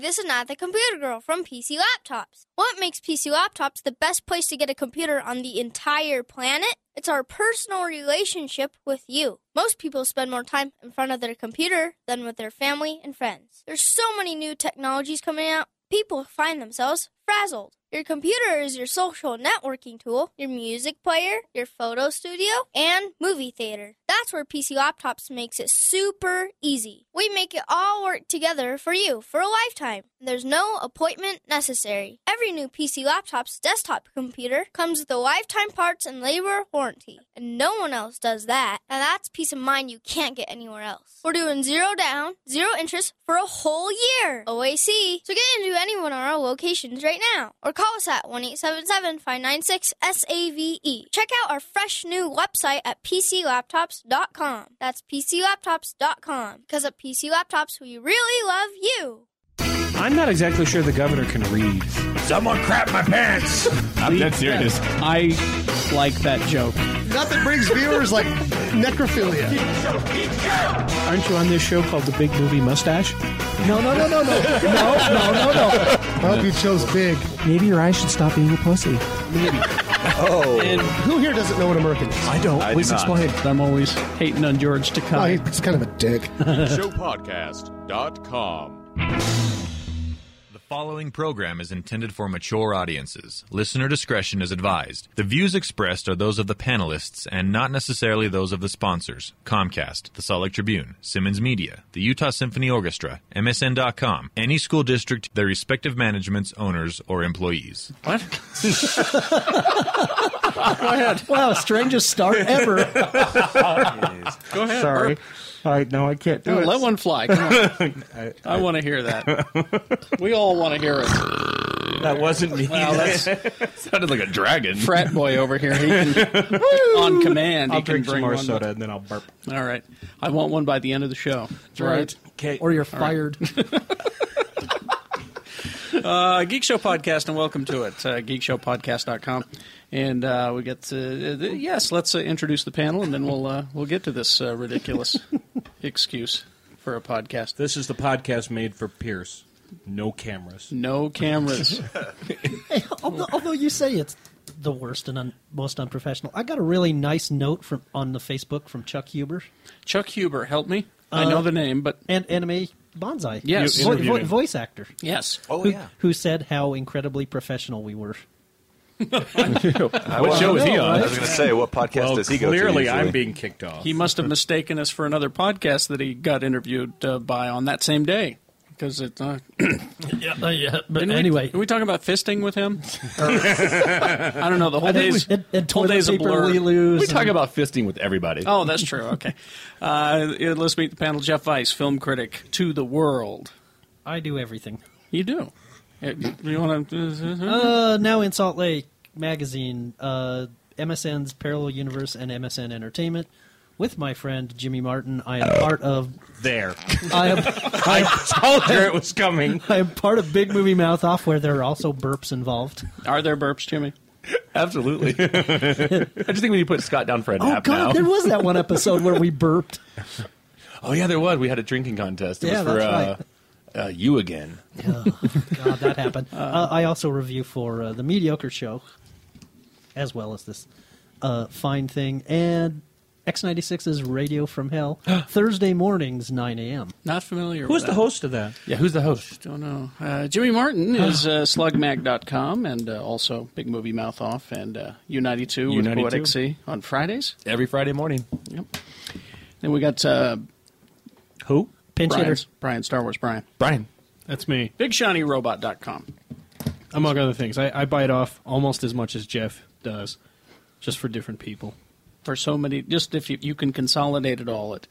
this is not the computer girl from PC Laptops. What makes PC Laptops the best place to get a computer on the entire planet? It's our personal relationship with you. Most people spend more time in front of their computer than with their family and friends. There's so many new technologies coming out, people find themselves frazzled. Your computer is your social networking tool, your music player, your photo studio, and movie theater. That's where PC Laptops makes it super easy. We make it all work together for you for a lifetime. There's no appointment necessary. Every new PC Laptops desktop computer comes with a lifetime parts and labor warranty, and no one else does that. Now that's peace of mind you can't get anywhere else. We're doing zero down, zero interest for a whole year. OAC. So get into any one of our locations right now or call us at 1 877 596 SAVE. E. Check out our fresh new website at PCLaptops.com. That's PCLaptops.com. Because at PC Laptops, we really love you. I'm not exactly sure the governor can read. Someone crap my pants. I'm dead serious. I like that joke. Nothing brings viewers like necrophilia. Aren't you on this show called The Big Movie Mustache? No, no, no, no, no, no, no, no, no. I hope you Oh, chose big. Maybe your eyes should stop being a pussy. Oh, And Who here doesn't know what American is? I don't. I do Please not. explain. I'm always hating on George Oh, Takai. he's kind of a dick. showpodcast.com. The following program is intended for mature audiences. Listener discretion is advised. The views expressed are those of the panelists and not necessarily those of the sponsors Comcast, the Salt Lake Tribune, Simmons Media, the Utah Symphony Orchestra, MSN.com, any school district, their respective managements, owners, or employees. What? Go ahead. Wow, strangest start ever. Go ahead. Sorry. I no, I can't do No, it. let one fly. Come on. I want to hear that. We all want to hear it. That wasn't me. Wow, that's sounded like a dragon. frat boy over here. He can, on command, I'll he can drink some bring more one. soda and then I'll burp. All right. I want one by the end of the show. That's right. Okay. Or you're fired. uh, Geek Show Podcast, and welcome to it. Uh, geekshowpodcast.com. And uh, we get to, uh, th- yes, let's uh, introduce the panel, and then we'll uh, we'll get to this uh, ridiculous excuse for a podcast. This is the podcast made for Pierce. No cameras. No cameras. although, although you say it's the worst and un, most unprofessional, I got a really nice note from on the Facebook from Chuck Huber Chuck Huber, help me. I know the name, but and anime bonsai. Yes. You Vo- interviewed vo- him. voice actor. yes. Oh who, yeah, who said how incredibly professional we were. what show is he I on? was going to say, what podcast well, does he go to? clearly usually? I'm being kicked off. He must have mistaken us for another podcast that he got interviewed uh, by on that same day. Because it, uh, Yeah, uh, yeah. But didn't we- anyway, were we talking about fisting with him? Or- I don't know. The whole I think day's we- and, and whole toilet day's a paper blur. Lelus We and- talk about fisting with everybody. Oh, that's true. Okay, uh, yeah, let's meet the panel. Jeff Weiss, film critic to the world. I do everything. You do. Uh, You want to? Uh, now in Salt Lake Magazine, uh, MSN's Parallel Universe and MSN Entertainment. With my friend Jimmy Martin, I am part of. there. I am. I am Told her it was coming. I am part of Big Movie Mouth Off, where there are also burps involved. Are there burps, Jimmy? Absolutely. I just think we need to put Scott down for a Oh nap God, now. there was that one episode where we burped. Oh yeah, there was. We had a drinking contest. It Yeah, was for that's uh, uh, you again. God, that happened. Uh, I also review for uh, the mediocre show, as well as this uh, fine thing and X96's Radio from Hell Thursday mornings, 9 a.m. Not familiar. Who's with the that. host of that? Yeah, who's the host? Don't know. Uh, Jimmy Martin is uh, slugmag.com and uh, also Big Movie Mouth Off and uh, U92 with U92. Poetic Sea on Fridays. Every Friday morning. Then we got uh, Who? Pinch Brian, hitters. Brian, Star Wars Brian. Brian. That's me, BigShinyRobot.com. among other things. I, I bite off almost as much as Jeff does, just for different people. For so many, just if you, you can consolidate it all at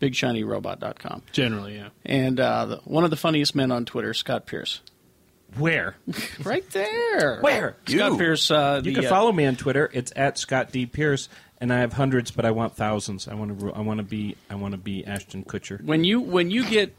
BigShinyRobot.com. Generally, yeah. And uh, the, one of the funniest men on Twitter, Scott Pierce. Where? Right there. Where? Scott You. Pierce. Uh, the, You can uh, follow me on Twitter. It's at Scott D Pierce, and I have hundreds, but I want thousands. I want to. I want to be. I want to be Ashton Kutcher. when you when you get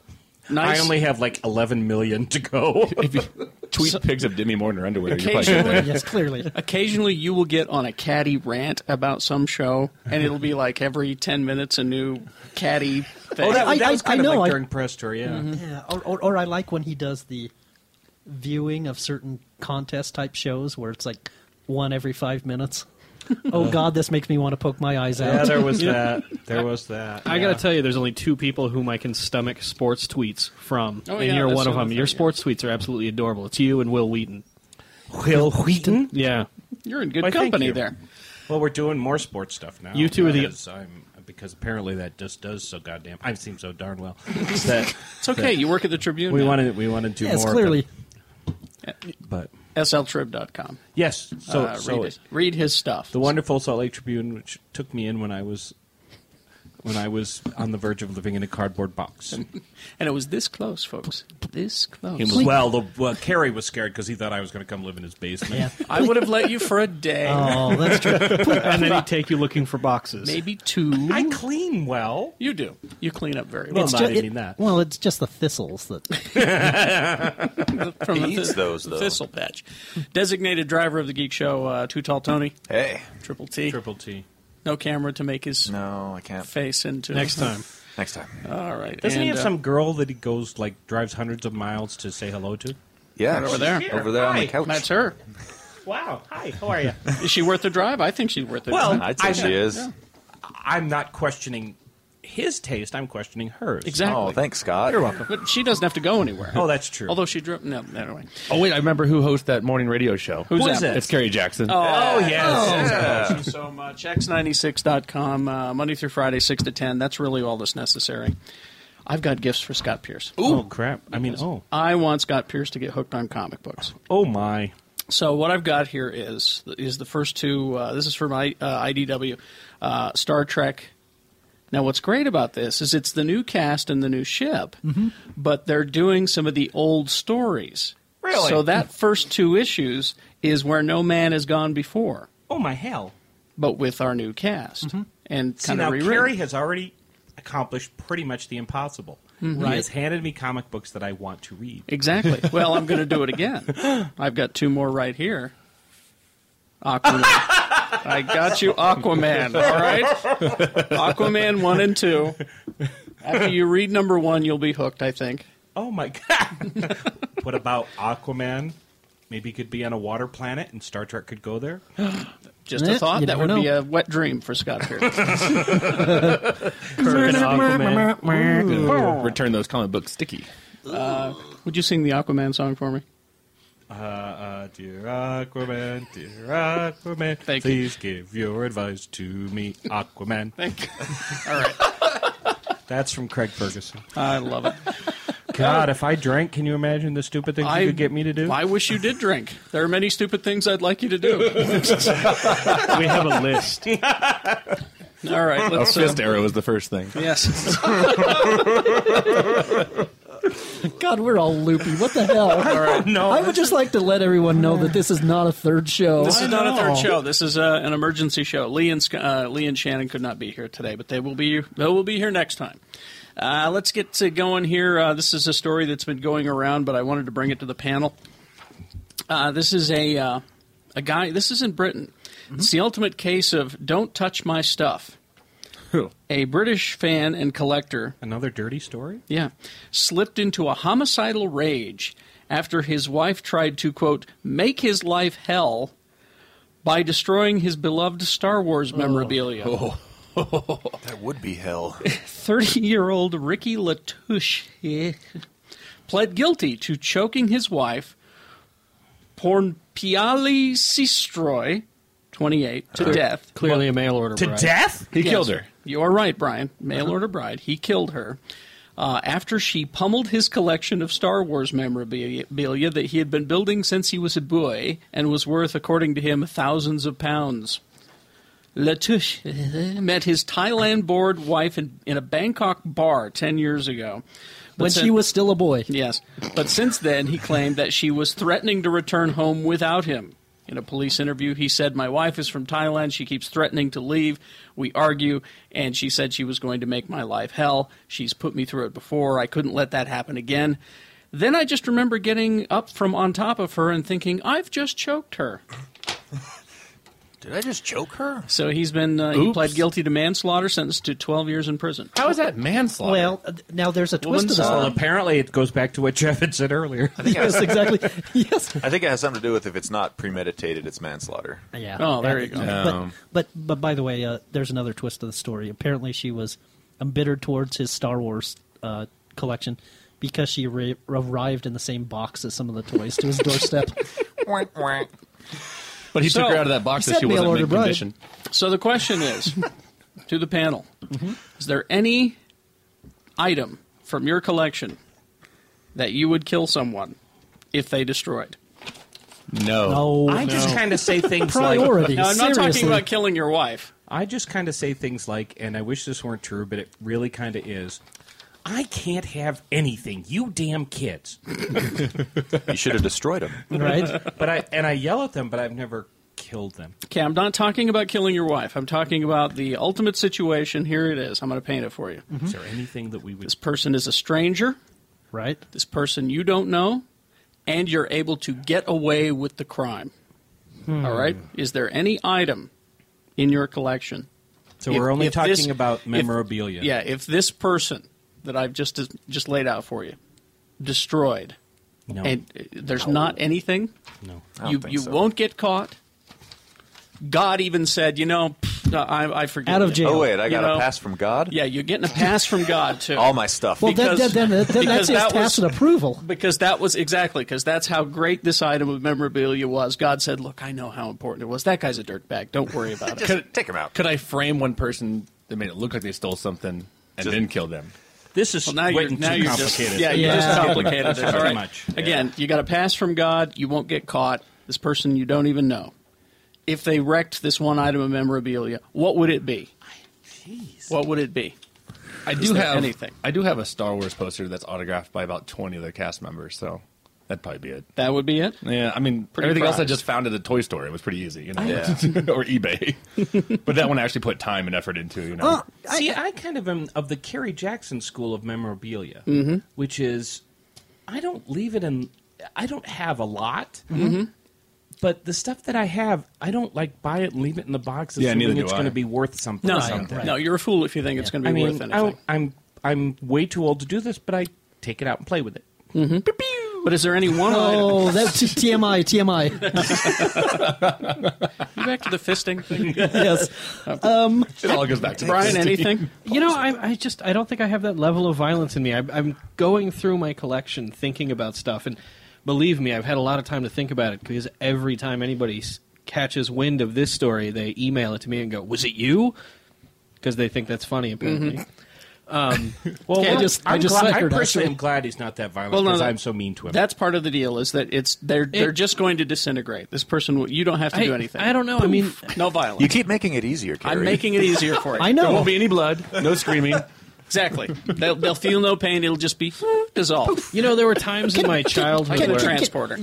nice I only have like 11 million to go. If you tweet pigs of Demi Moore in her underwear. You're probably good there. Occasionally, yes, clearly. occasionally you will get on a catty rant about some show, and it'll be like every ten minutes a new catty thing. Oh, that, I- that I- was kind I of know, like I- during press tour, yeah. Mm-hmm. Yeah, or, or, or I like when he does the viewing of certain contest type shows where it's like one every five minutes. Oh God, this makes me want to poke my eyes Yeah, out. there was that. There was that. I gotta tell you, there's only two people whom I can stomach sports tweets from, Oh, and yeah, you're that's one of the them. other Your thing, yeah. sports tweets are absolutely adorable. It's you and Will Wheaton. Will Wheaton. Yeah, You're in good Why, thank company you. there. Well, we're doing more sports stuff now. You two are the- because I'm, because apparently that just does so goddamn. I've seen so darn well. It's that It's okay. You work at the Tribune. we now. wanted we wanted to do yes, more. clearly. but, but sltrib.com. yes. So uh, so read, it. read his stuff. the wonderful Salt Lake Tribune, which took me in when I was when I was on the verge of living in a cardboard box. and it was this close, folks. This close. well, the, well, Carrie was scared because he thought I was going to come live in his basement. Yeah. I would have let you for a day, Oh, that's true. and then he take you looking for boxes. maybe two. I clean well. you do. You clean up very well. Well, It's no, ju- I didn't it- mean that. Well, it's just the thistles that from He the eats thi- those, though. Thistle patch. Designated driver of the Geek Show, uh, Too Tall Tony, Hey, Triple T. Triple T. No camera to make his no, I can't. face into. next time. Next time. All right. Doesn't he and, have uh, some girl that he goes like drives hundreds of miles to say hello to? Yeah, over she's there. over there on the Hi. couch. That's her. Wow. Hi. How are you? Is she worth the drive? I think she's worth the Well, drive. I'd say I'm not- she is. Oh, I'm not questioning his taste. I'm questioning hers. Exactly. Oh, thanks, Scott. You're welcome. But she doesn't have to go anywhere. Oh, that's true. Although she drove. No, no, anyway. Oh wait, I remember who hosts that morning radio show. Who's Who is that? it? It's Kerry Jackson. Oh, yes. Thank you so much. X96.com, uh, Monday through Friday, 6 to 10. That's really all that's necessary. I've got gifts for Scott Pierce. Oh crap! I mean, oh, I want Scott Pierce to get hooked on comic books. oh my. So what I've got here is is the first two. Uh, this is from I, uh, IDW, uh, Star Trek. Now, what's great about this is it's the new cast and the new ship, Mm-hmm. but they're doing some of the old stories. Really? So that first two issues is where no man has gone before, Oh my hell! but with our new cast and Mm-hmm. See kind of now, rewritten. Carrie has already accomplished pretty much the impossible. Mm-hmm. He has handed me comic books that I want to read. Exactly. Well, I'm going to do it again. I've got two more right here. Aquaman. I got you, Aquaman. All right, Aquaman one and two. After you read number one, you'll be hooked. I think. Oh my god! what about Aquaman? Maybe he could be on a water planet, and Star Trek could go there. Just Eh, a thought. you That would never be know. a wet dream for Scott here. Kirk and Aquaman. Oh. Gonna Return those comic books sticky. would you sing the Aquaman song for me? Uh, dear Aquaman, dear Aquaman, Thank you. please give your advice to me, Aquaman. Thank you. All right. That's from Craig Ferguson. I love it. God, if I drank, can you imagine the stupid things I you could get me to do? I wish you did drink. There are many stupid things I'd like you to do. We have a list. All right. A Let's. uh, fist arrow is the first thing. yes. God, we're all loopy. What the hell? no, I would just like to let everyone know that this is not a third show. This is not a third show. This is uh, an emergency show. Lee and Sc- uh, Lee and Shannon could not be here today, but they will be. They will be here next time. Uh, let's get to going here. Uh, this is a story that's been going around, but I wanted to bring it to the panel. Uh, this is a uh, a guy. This is in Britain. It's the ultimate case of "Don't touch my stuff." A British fan and collector Another dirty story? yeah. Slipped into a homicidal rage after his wife tried to, quote, make his life hell by destroying his beloved Star Wars memorabilia. That would be hell. 30 year old Ricky Latouche eh, pled guilty to choking his wife, Pornpiali Sistroy, 28, to death. Clearly a mail order. To bride. death? He Yes, killed her. Uh-huh. You're right, Brian. Mail order bride. He killed her uh, after she pummeled his collection of Star Wars memorabilia that he had been building since he was a boy and was worth, according to him, thousands of pounds. Latouche eh, met his Thailand board wife in, in a Bangkok bar 10 years ago. But when sin- she was still a boy. Yes. But since then, he claimed that she was threatening to return home without him. In a police interview, he said, My wife is from Thailand. She keeps threatening to leave. We argue, and she said she was going to make my life hell. She's put me through it before. I couldn't let that happen again. Then I just remember getting up from on top of her and thinking, I've just choked her. Did I just choke her? So he's been uh, he Oops. pled guilty to manslaughter, sentenced to 12 years in prison. How is that manslaughter? Well, uh, now there's a twist to this. Well, apparently it goes back to what Jeff had said earlier. I think it has- Yes. I think it has something to do with if it's not premeditated, it's manslaughter. Yeah. you go. But, but but by the way, uh, there's another twist to the story. Apparently, she was embittered towards his Star Wars uh, collection because she ra- arrived in the same box as some of the toys to his doorstep. But he took So- her out of that box He that said she mail wasn't order in bride. condition. So the question is to the panel Is there any item from your collection that you would kill someone if they destroyed? Oh, Oh, No. I just kind of say things like Now, I'm not talking about killing your wife. I just kind of say things like, and I wish this weren't true, but it really kind of is. I can't have anything, you damn kids. You should have destroyed him. But I and I yell at them, but I've never killed them. Okay, I'm not talking about killing your wife. I'm talking about the ultimate situation. Here it is. I'm going to paint it for you. Is there anything that we would? This person is a stranger. Right. This person you don't know, and you're able to get away with the crime. All right. Is there any item in your collection? So we're only talking this- about if- memorabilia. yeah. If this person that I've just just laid out for you destroyed, No. and uh, there's not anything, No. you you won't get caught. God even said, you know, pff, I, I forgive. Out of you. jail. Oh, wait, I You got know, a pass from God? Yeah, you're getting a pass from God too. All my stuff. Well, then, then, Because- then, then that's because his that was- tacit approval. because that was exactly because that's how great this item of memorabilia was. God said, "Look, I know how important it was. That guy's a dirtbag. Don't worry about it." Just take him out. Could I frame one person that made it look like they stole something and Just- then kill them? This is Well, now you're, way now too you're just complicated. yeah, you Yeah. just complicated That's it. too All right. much. Again, you got a pass from God. You won't get caught. This person you don't even know. If they wrecked this one item of memorabilia, what would it be? What would it be? I Is do there have anything? I do have a Star Wars poster that's autographed by about twenty other cast members, so that'd probably be it. That would be it. Yeah, I mean Pretty everything else I prized. just found at the toy store. It was pretty easy, you know, or eBay. but that one I actually put time and effort into. You know, See, I kind of am of the Kerry Jackson school of memorabilia, which is I don't leave it in. I don't have a lot, but the stuff that I have, I don't like buy it and leave it in the box Yeah, assuming neither do it's I. going to be worth something. No, or something. no, you're a fool if you think it's going to I be mean, worth anything. I don't- I'm I'm way too old to do this, but I take it out and play with it. But is there any one item? Oh, that's TMI, TMI. You back to the fisting thing, yes. it all goes back to Brian? Anything? You know, I, I just I don't think I have that level of violence in me. I, I'm going through my collection, thinking about stuff, and believe me, I've had a lot of time to think about it because every time anybody s- catches wind of this story, they email it to me and go, "Was it you?" Because they think that's funny, apparently. Mm-hmm. Well, I I'm- just- I I'm just glad, I suckered, personally actually. am glad he's not that violent Well, because no, that- I'm so mean to him. That's part of the deal. Is that it's they're they're just going to disintegrate. This person, will- you don't have to I- do anything. I don't know. I mean, no violence. You keep making it easier, Carrie. I'm making it easier for you. I know. There won't be any blood, no screaming. Exactly. They'll, they'll feel no pain. It'll just be eh, dissolved. you know, there were times in my childhood Like a where transporter.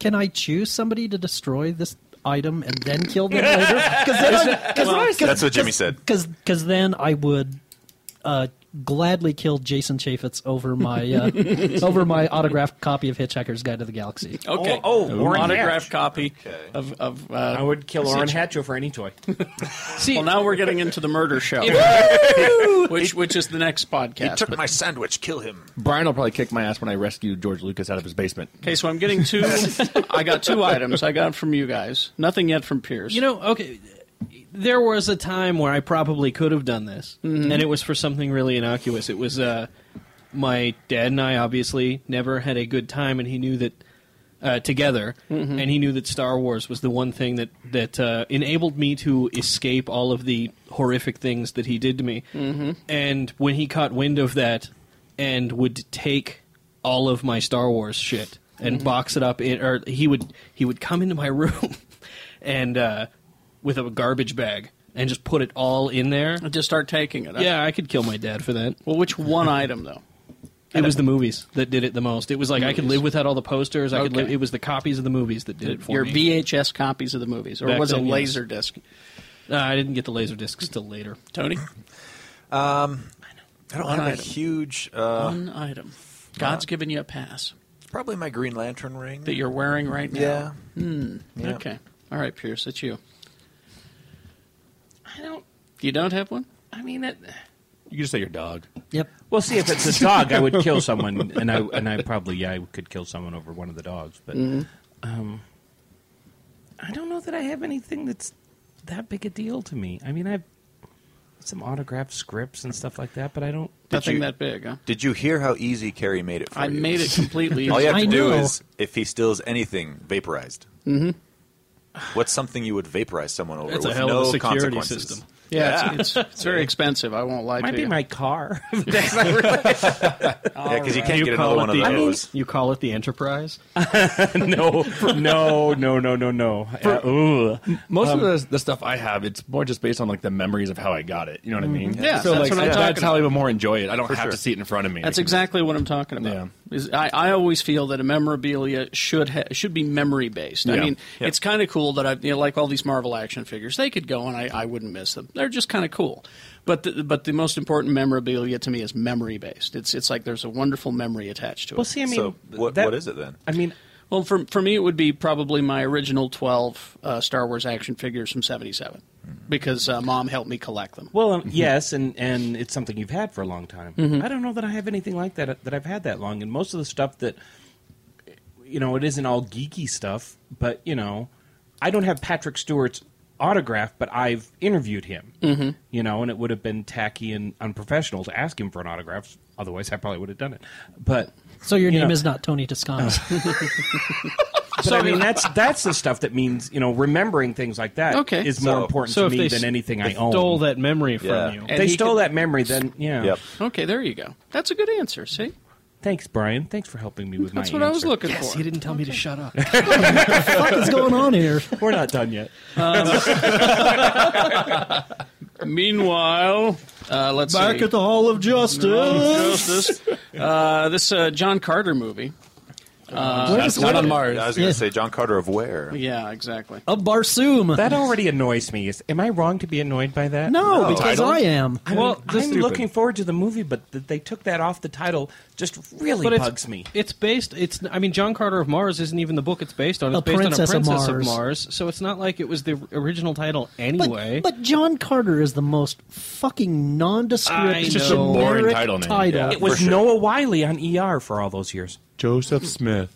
Can I choose somebody to destroy this item and then kill them later? Because then, I'm- 'cause I- 'cause- That's what Jimmy said. Because because then I would uh, gladly kill Jason Chaffetz over my uh, over my autographed copy of Hitchhiker's Guide to the Galaxy. Okay. Oh, oh, Orrin autographed Hatch. copy of of. Uh, I would kill Orrin Hatch over any toy. well, now we're getting into the murder show, which which is the next He podcast. took but- my sandwich. Kill him. Brian will probably kick my ass when I rescue George Lucas out of his basement. okay, so I'm getting two. I got two items. I got from you guys. Nothing yet from Pierce. You know, okay, there was a time where I probably could have done this, and it was for something really innocuous. It was uh, my dad and I obviously never had a good time, and he knew that uh, together, and he knew that Star Wars was the one thing that that uh, enabled me to escape all of the horrific things that he did to me. And when he caught wind of that, and would take all of my Star Wars shit and box it up in, or he would he would come into my room and uh, with a garbage bag and just put it all in there. just start taking it. Yeah, I could kill my dad for that. Well, which one item though? It was the movies that did it the most. It was like I could live without all the posters. I could Okay. live, it was the copies of the movies that did it for Your me. VHS copies of the movies, or Back was it then, yes. laser disc? Uh, I didn't get the laser discs till later. Tony, I don't have a huge. Uh, Hmm. one item. God's given you a pass. Probably my Green Lantern ring that you're wearing right now. Yeah. Hmm. Yeah. Okay. All right, Pierce, it's you. I don't. You don't have one? I mean, that, You can just say your dog. Yep. Well, see, if it's a dog, I would kill someone, and I and I probably yeah, I could kill someone over one of the dogs. But Mhm. um, I don't know that I have anything that's that big a deal to me. I mean, I've some autographed scripts and stuff like that, but I don't. Did you- Did you hear how easy Carrie made it for I you? made it completely All you have to easy. I do know. is, if he steals anything, vaporized. What's something you would vaporize someone over That's a with hell of no a security consequences? system. Yeah, It's, it's, it's very expensive. I won't lie Might to be you. my car. That's not really- Yeah, 'cause you can't get another call one it of the- those. You call it the Enterprise? no, no, no, no, no, no. Uh, ooh. Most Um, of the, the stuff I have, it's more just based on like the memories of how I got it. You know what I mean? Mhm. Yeah, so that's like what I'm that's talking how I about. would more enjoy it. I don't For have sure. to see it in front of me. That's exactly what I'm talking about. Is I, I always feel that a memorabilia should ha- should be memory based. I Yeah. mean, Yeah. it's kind of cool that I you know, like all these Marvel action figures. They could go and I, I wouldn't miss them. They're just kind of cool. But the, but the most important memorabilia to me is memory based. It's it's like there's a wonderful memory attached to it. Well, see, I mean, So, what- what is it then? I mean, well, for for me, it would be probably my original twelve uh, Star Wars action figures from '77 because uh, mom helped me collect them. Well, Mm-hmm. um, yes, and and it's something you've had for a long time. Mhm. I don't know that I have anything like that that I've had that long. And most of the stuff that you know, it isn't all geeky stuff, but you know, I don't have Patrick Stewart's autograph, but I've interviewed him. Mm-hmm. Mhm. You know, and it would have been tacky and unprofessional to ask him for an autograph. Otherwise, I probably would have done it. But So your you name know, is not Tony Toscano. But I mean, that's that's the stuff that means you know, remembering things like that is Okay. more So- important so to if me they than s- anything I they own. stole that memory from Yeah. you. If And they he stole could- that memory, then yeah. Okay, there you go. That's a good answer. See. Thanks, Brian. Thanks for helping me with That's my what I was answer. looking Yes, for. he didn't tell me to shut up. what the fuck is going on here? We're not done yet. Meanwhile, uh, let's Back see. at the Hall of Justice. Justice. Uh, this uh, John Carter movie. Uh, Not- not on Mars. I was going to say John Carter of where? Yeah, exactly. A barsoom. That already annoys me. Is, am I wrong to be annoyed by that? No, No, because I I am. I Well, mean, the I'm stupid. looking forward to the movie, but th- they took that off the title. Just really But it's- bugs me. It's based. It's. I mean, John Carter of Mars isn't even the book it's based on. It's A based Princess on a of Princess of Mars. Mars. So it's not like it was the original title anyway. But John Carter is the most fucking nondescript, I It's just a generic boring title. it was Noah Wiley on ER for all those years. Joseph Smith.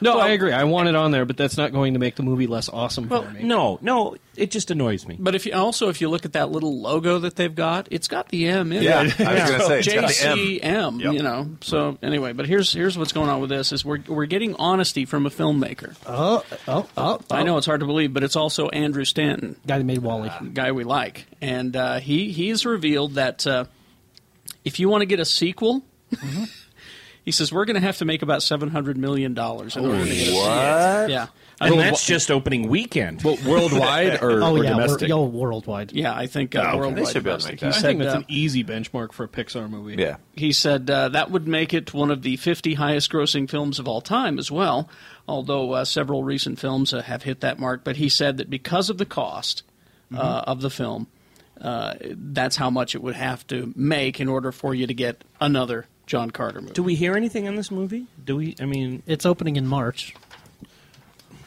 no, I agree. I want it on there, but that's not going to make the movie less awesome for me. No, no, it just annoys me. But if you, also, if you look at that little logo that they've got, it's got the M in Yeah, it. I was gonna say, it's got the M. JCM, you know. So anyway, but here's here's what's going on with this: is we're we're getting honesty from a filmmaker. Oh, oh, oh, I know it's hard to believe, but it's also Andrew Stanton, guy that made Wally, guy we like, and uh, he he has revealed that uh, if you want to get a sequel. Mm-hmm. He says we're going to have to make about seven hundred million dollars in order to get a sequel. What? Yeah, And that's just opening weekend. Well, worldwide or- Oh, or yeah, domestic? wor- yeah, worldwide. Yeah, I think uh, Oh, okay. worldwide. They should be able to domestic. make that. He I said, think that's uh, an easy benchmark for a Pixar movie. Yeah. He said uh, that would make it one of the 50 highest grossing films of all time as well, although uh, several recent films uh, have hit that mark. But he said that because of the cost uh, Mhm. of the film, uh, that's how much it would have to make in order for you to get another John Carter movie. Do we hear anything in this movie? Do we? I mean, it's opening in March.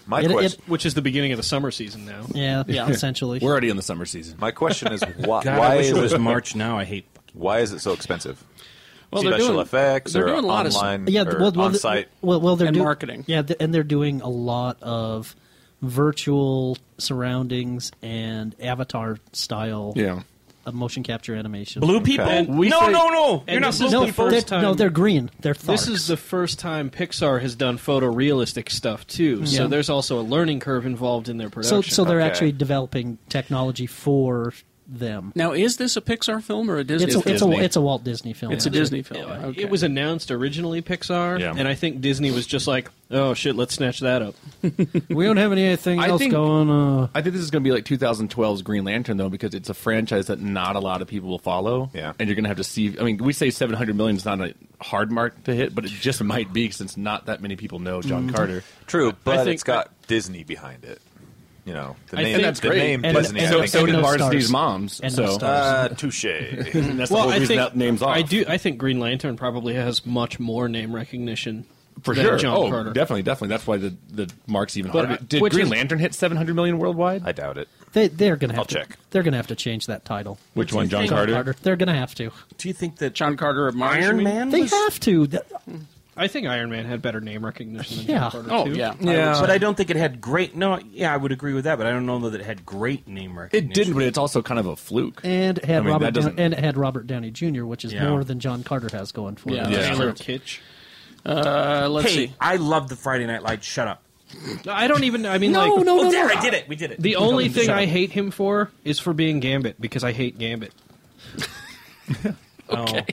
My It- question. which is the beginning of the summer season now. Yeah, Yeah. essentially. We're already in the summer season. My question is why? God, I why wish is it was March now? I hate. Why is it so expensive? Well, they're Special doing- effects they're or doing a lot of s- online yeah, or well, well, on-site. Well, well, they're And do- marketing. Yeah, th- and they're doing a lot of virtual surroundings and avatar style. Yeah. Of motion capture animation. Blue Okay. people? And we No, say- no, no! and You're not this is blue the no, people. first they're- No, time- they're green. They're This Tharks. is the first time Pixar has done photorealistic stuff too, Yeah. so there's also a learning curve involved in their so, production. so they're actually developing technology for them. Now, is this a Pixar film or a Disney It's a, film? it's, a, it's a Walt Disney film. It's a actually. Disney film. Okay. It was announced originally Pixar, Yeah. and I think Disney was just like, "Oh shit, let's snatch that up." we don't have anything else going, uh? I think this is going to be like 2012's Green Lantern though, because it's a franchise that not a lot of people will follow. Yeah, and you're going to have to see. I mean, we say 700 million is not a hard mark to hit, but it just might Mm-hmm. be since not that many people know John Mhm. Carter. True, but think- it's got Disney behind it. you know, the I name, think that's the great. name And- doesn't and so- even so did Varsity's moms, And no so- uh, stars. touche. I think- I do. I think Green Lantern probably has much more name recognition For than sure. John oh, Carter. definitely, definitely. That's why the, the mark's even But harder. I- Did which Green is- Lantern hit 700 million worldwide? I doubt it. They they're gonna have I'll to check. they're gonna have to change that title. Which one, John Carter? They're gonna have to. Do you think that John Carter of Mars, you mean? They have to. Th- I think Iron Man had better name recognition than Yeah. John Carter. Oh, too. I yeah. would- but I don't think it had great. No, yeah, I would agree with that, but I don't know that it had great name recognition. It didn't, but it's also kind of a fluke. And it I had mean, Robert that Down- doesn't- and it had Robert Downey Jr., which is Yeah. more than John Carter has going for Yeah, him. that's Taylor Kitsch. Uh, let's hey, see. I love the Friday Night Lights. Shut up. No, I don't even. I mean, No, like, no, Oh, no, there, no. I did it. We did it. The only Shut thing up. I hate him for is for being Gambit because I hate Gambit. okay.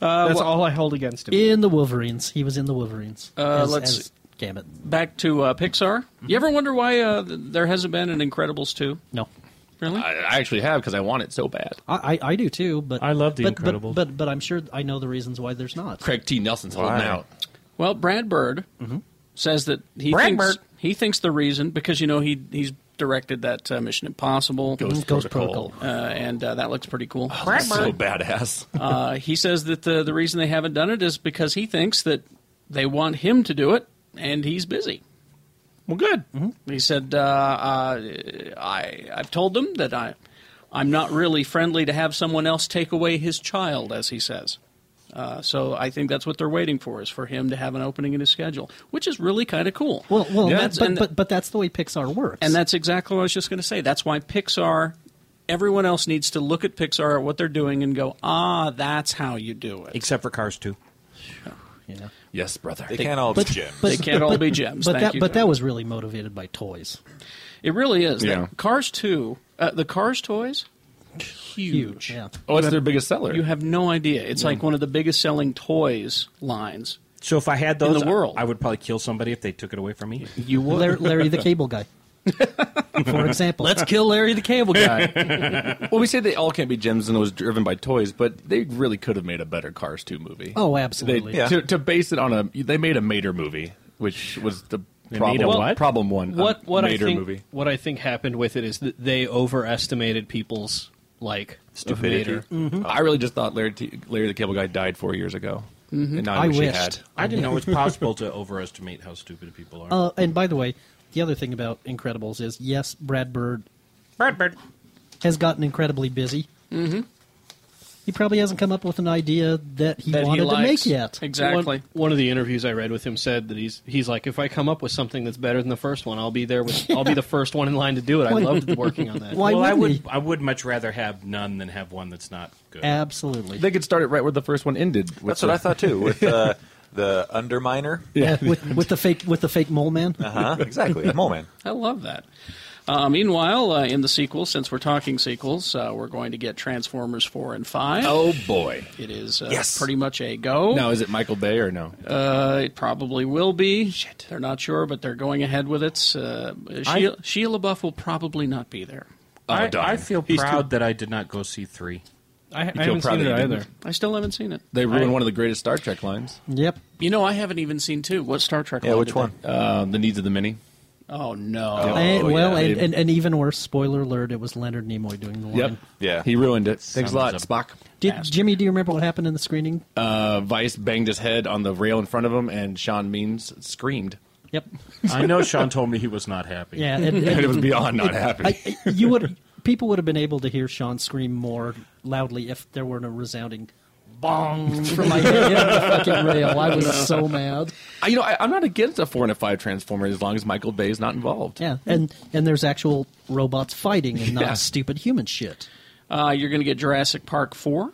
Uh, That's well- all I hold against him. In the Wolverines, he was in the Wolverines. Uh, as- let's as Gambit. Back to uh, Pixar. Mm-hmm. You ever wonder why uh, th- there hasn't been an Incredibles two? No. Really? I, I actually have because I want it so bad. I, I, I do too, but I love The but, but, Incredibles. but but I'm sure I know the reasons why there's not. Craig T. Nelson's holding Why? out. Well, Brad Bird Mm-hmm. says that he Brad thinks Bird. he thinks the reason because you know he he's directed that uh, Mission Impossible Mm, Ghost Ghost Protocol. Oh, uh, and uh, that looks pretty cool. Brad So Bird. badass. uh, he says that the the reason they haven't done it is because he thinks that they want him to do it and he's busy. Well, good. He said, uh, uh, "I I've told them that I I'm not really friendly to have someone else take away his child," as he says. Uh, so I think that's what they're waiting for is for him to have an opening in his schedule, which is really kind of cool. Well, well, And that- that's- but, and- but but that's the way Pixar works. and that's exactly what I was just going to say. That's why Pixar, everyone else needs to look at Pixar at what they're doing and go, ah, that's how you do it. Except for Cars 2. Yeah. Yes, brother. They can't all be gems. They can't but- all but- be gems. But Thank that you, but Tony. that was really motivated by toys. It really is. Yeah. Cars 2, uh, the Cars toys, huge. yeah. Oh, it's their biggest seller. You have no idea. It's like one of the biggest selling toys lines. So if I had In those the world. I would probably kill somebody if they took it away from me. You would. Larry, Larry the Cable Guy, for example. Let's kill Larry the Cable well, we say they all can't be gems and it was driven by toys, but they really could have made a better Cars 2 movie. Oh, absolutely. They, Yeah. to, to base it on a, they made a Mater movie, which was the They problem. made a what? Problem one. a What what I Mater think movie. what I think happened with it is that they overestimated people's like Stupidity. Of Mater. I really just thought Larry, T, Larry the Cable Guy died four years ago. Mhm. And now I I wish wished. he had. I didn't know it's possible to overestimate how stupid people are. Uh, and by the way, the other thing about Incredibles is yes, Brad Bird Brad Bird has gotten incredibly busy. Mm-hmm. He probably hasn't come up with an idea that he that he wanted to make likes. yet. One, one of the interviews I read with him said that he's he's like, if I come up with something that's better than the first one, I'll be there with I'll be the first one in line to do it. I Why- loved working on that. why well, I would wouldn't I would much rather have none than have one that's not good. Absolutely. They could start it right where the first one ended. with That's what the- I thought too. With uh, the underminer. Yeah, with, with the fake with the fake mole man. Uh-huh, exactly. Mole man. I love that. Uh, meanwhile, uh, in the sequel, since we're talking sequels, uh, we're going to get Transformers 4 and 5. Oh, boy. It is uh, Yes. pretty much a go. Now, is it Michael Bay or no? Uh, it probably will be. Shit. They're not sure, but they're going ahead with it. Uh, Sheila, Sheila Buff will probably not be there. I, I feel proud that I did not go see three. I, feel haven't proud seen that it you didn't? either. I still haven't seen it. They ruined I- one of the greatest Star Trek lines. Yep. You know, I haven't even seen two. What Star Trek? line did they- Uh, the needs of the many. Oh no! And- Eh, well, and, and, and even worse, spoiler alert, it was Leonard Nimoy doing the line. Yep. Yeah. He ruined it. Thanks a lot, Sons Spock. Did Jimmy? Do you remember what happened in the screening? Uh, Vice banged his head on the rail in front of him, and Sean Means screamed. Yep. I know Sean told me he was not happy. Yeah, and, it was beyond not it- happy. I- I- you would people would have been able to hear Sean scream more loudly if there weren't a resounding bong from my head hitting the fucking rail. I was so mad. I- you know, I, I'm not against a four and a five transformer as long as Michael Bay is not involved. Yeah, and and there's actual robots fighting and not Yeah. stupid human shit. Uh, you're going to get Jurassic Park four.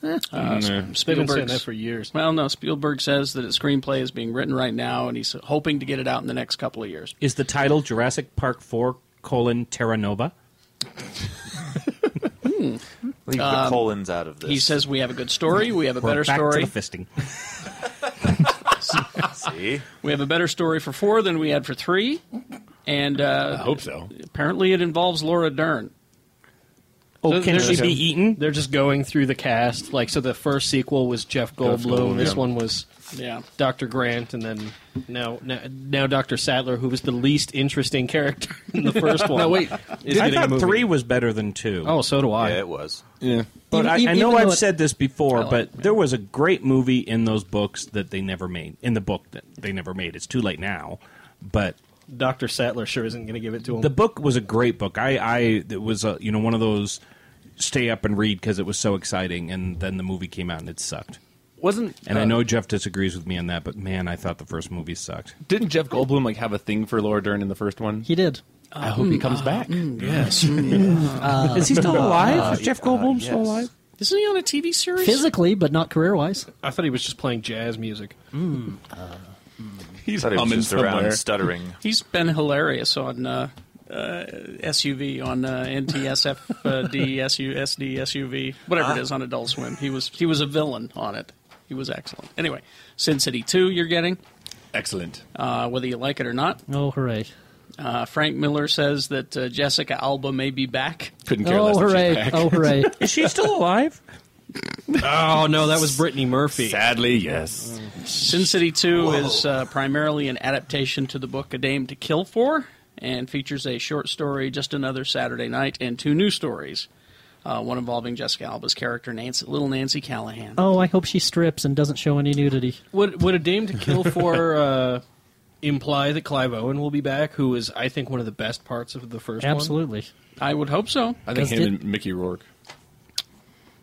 Uh, Mm, yeah. Spielberg's- They've been saying that for years. Well, no, Spielberg says that a screenplay is being written right now, and he's hoping to get it out in the next couple of years. Is the title Jurassic Park four colon Terra Nova? Leave the Um, colons out of this. He says we have a good story. We have a We're better back story. To the fisting. See, we have a better story for four than we had for three, and uh, I hope so. Apparently, it involves Laura Dern. Oh, can they're she be eaten? They're just going through the cast. Like, so the first sequel was Jeff Jeff Goldblum. Goldblum, This yeah. one was Yeah. Dr. Grant, and then now now, now Dr. Sadler, who was the least interesting character in the first one. No, wait. is I getting a thought movie. three was better than two. Oh, so do I. Yeah, it was. Yeah. But Even- I, I even know though I've it- said this before, I like but there was a great movie in those books that they never made. In the book that they never made. It's too late now. But Dr. Sattler sure isn't going to give it to him. The book was a great book. I, I it was a, you know one of those stay up and read because it was so exciting, and then the movie came out and it sucked. Wasn't And uh, I know Jeff disagrees with me on that, but man, I thought the first movie sucked. Didn't Jeff Goldblum like have a thing for Laura Dern in the first one? He did. I hope he comes back. yes. Uh, Is he still alive? uh, Is Jeff Goldblum uh, still yes. alive? Isn't he on a TV series? Physically, but not career wise. I thought he was just playing jazz music. He's Thought he was humming just around somewhere. stuttering. He's been hilarious on uh, uh, SUV on uh, NTSF uh, DSU SD SUV whatever it is on Adult Swim. He was he was a villain on it. He was excellent. Anyway, Sin City Two, you're getting excellent, uh, whether you like it or not. Oh, hooray. Uh, Frank Miller says that uh, Jessica Alba may be back. Couldn't care Oh, less that she's hooray. back. Oh, hooray. Is she still alive? oh no, that was Brittany Murphy. Sadly, yes. Sin City 2 is uh, primarily an adaptation to the book A Dame to Kill For and features a short story, Just Another Saturday Night, and two new stories. Uh, one involving Jessica Alba's character, Nancy, little Nancy Callahan. Oh, I hope she strips and doesn't show any nudity. Would would a Dame to Kill for uh, imply that Clive Owen will be back? Who is, I think, one of the best parts of the first Absolutely. I would hope so. I think him and Mickey Rourke.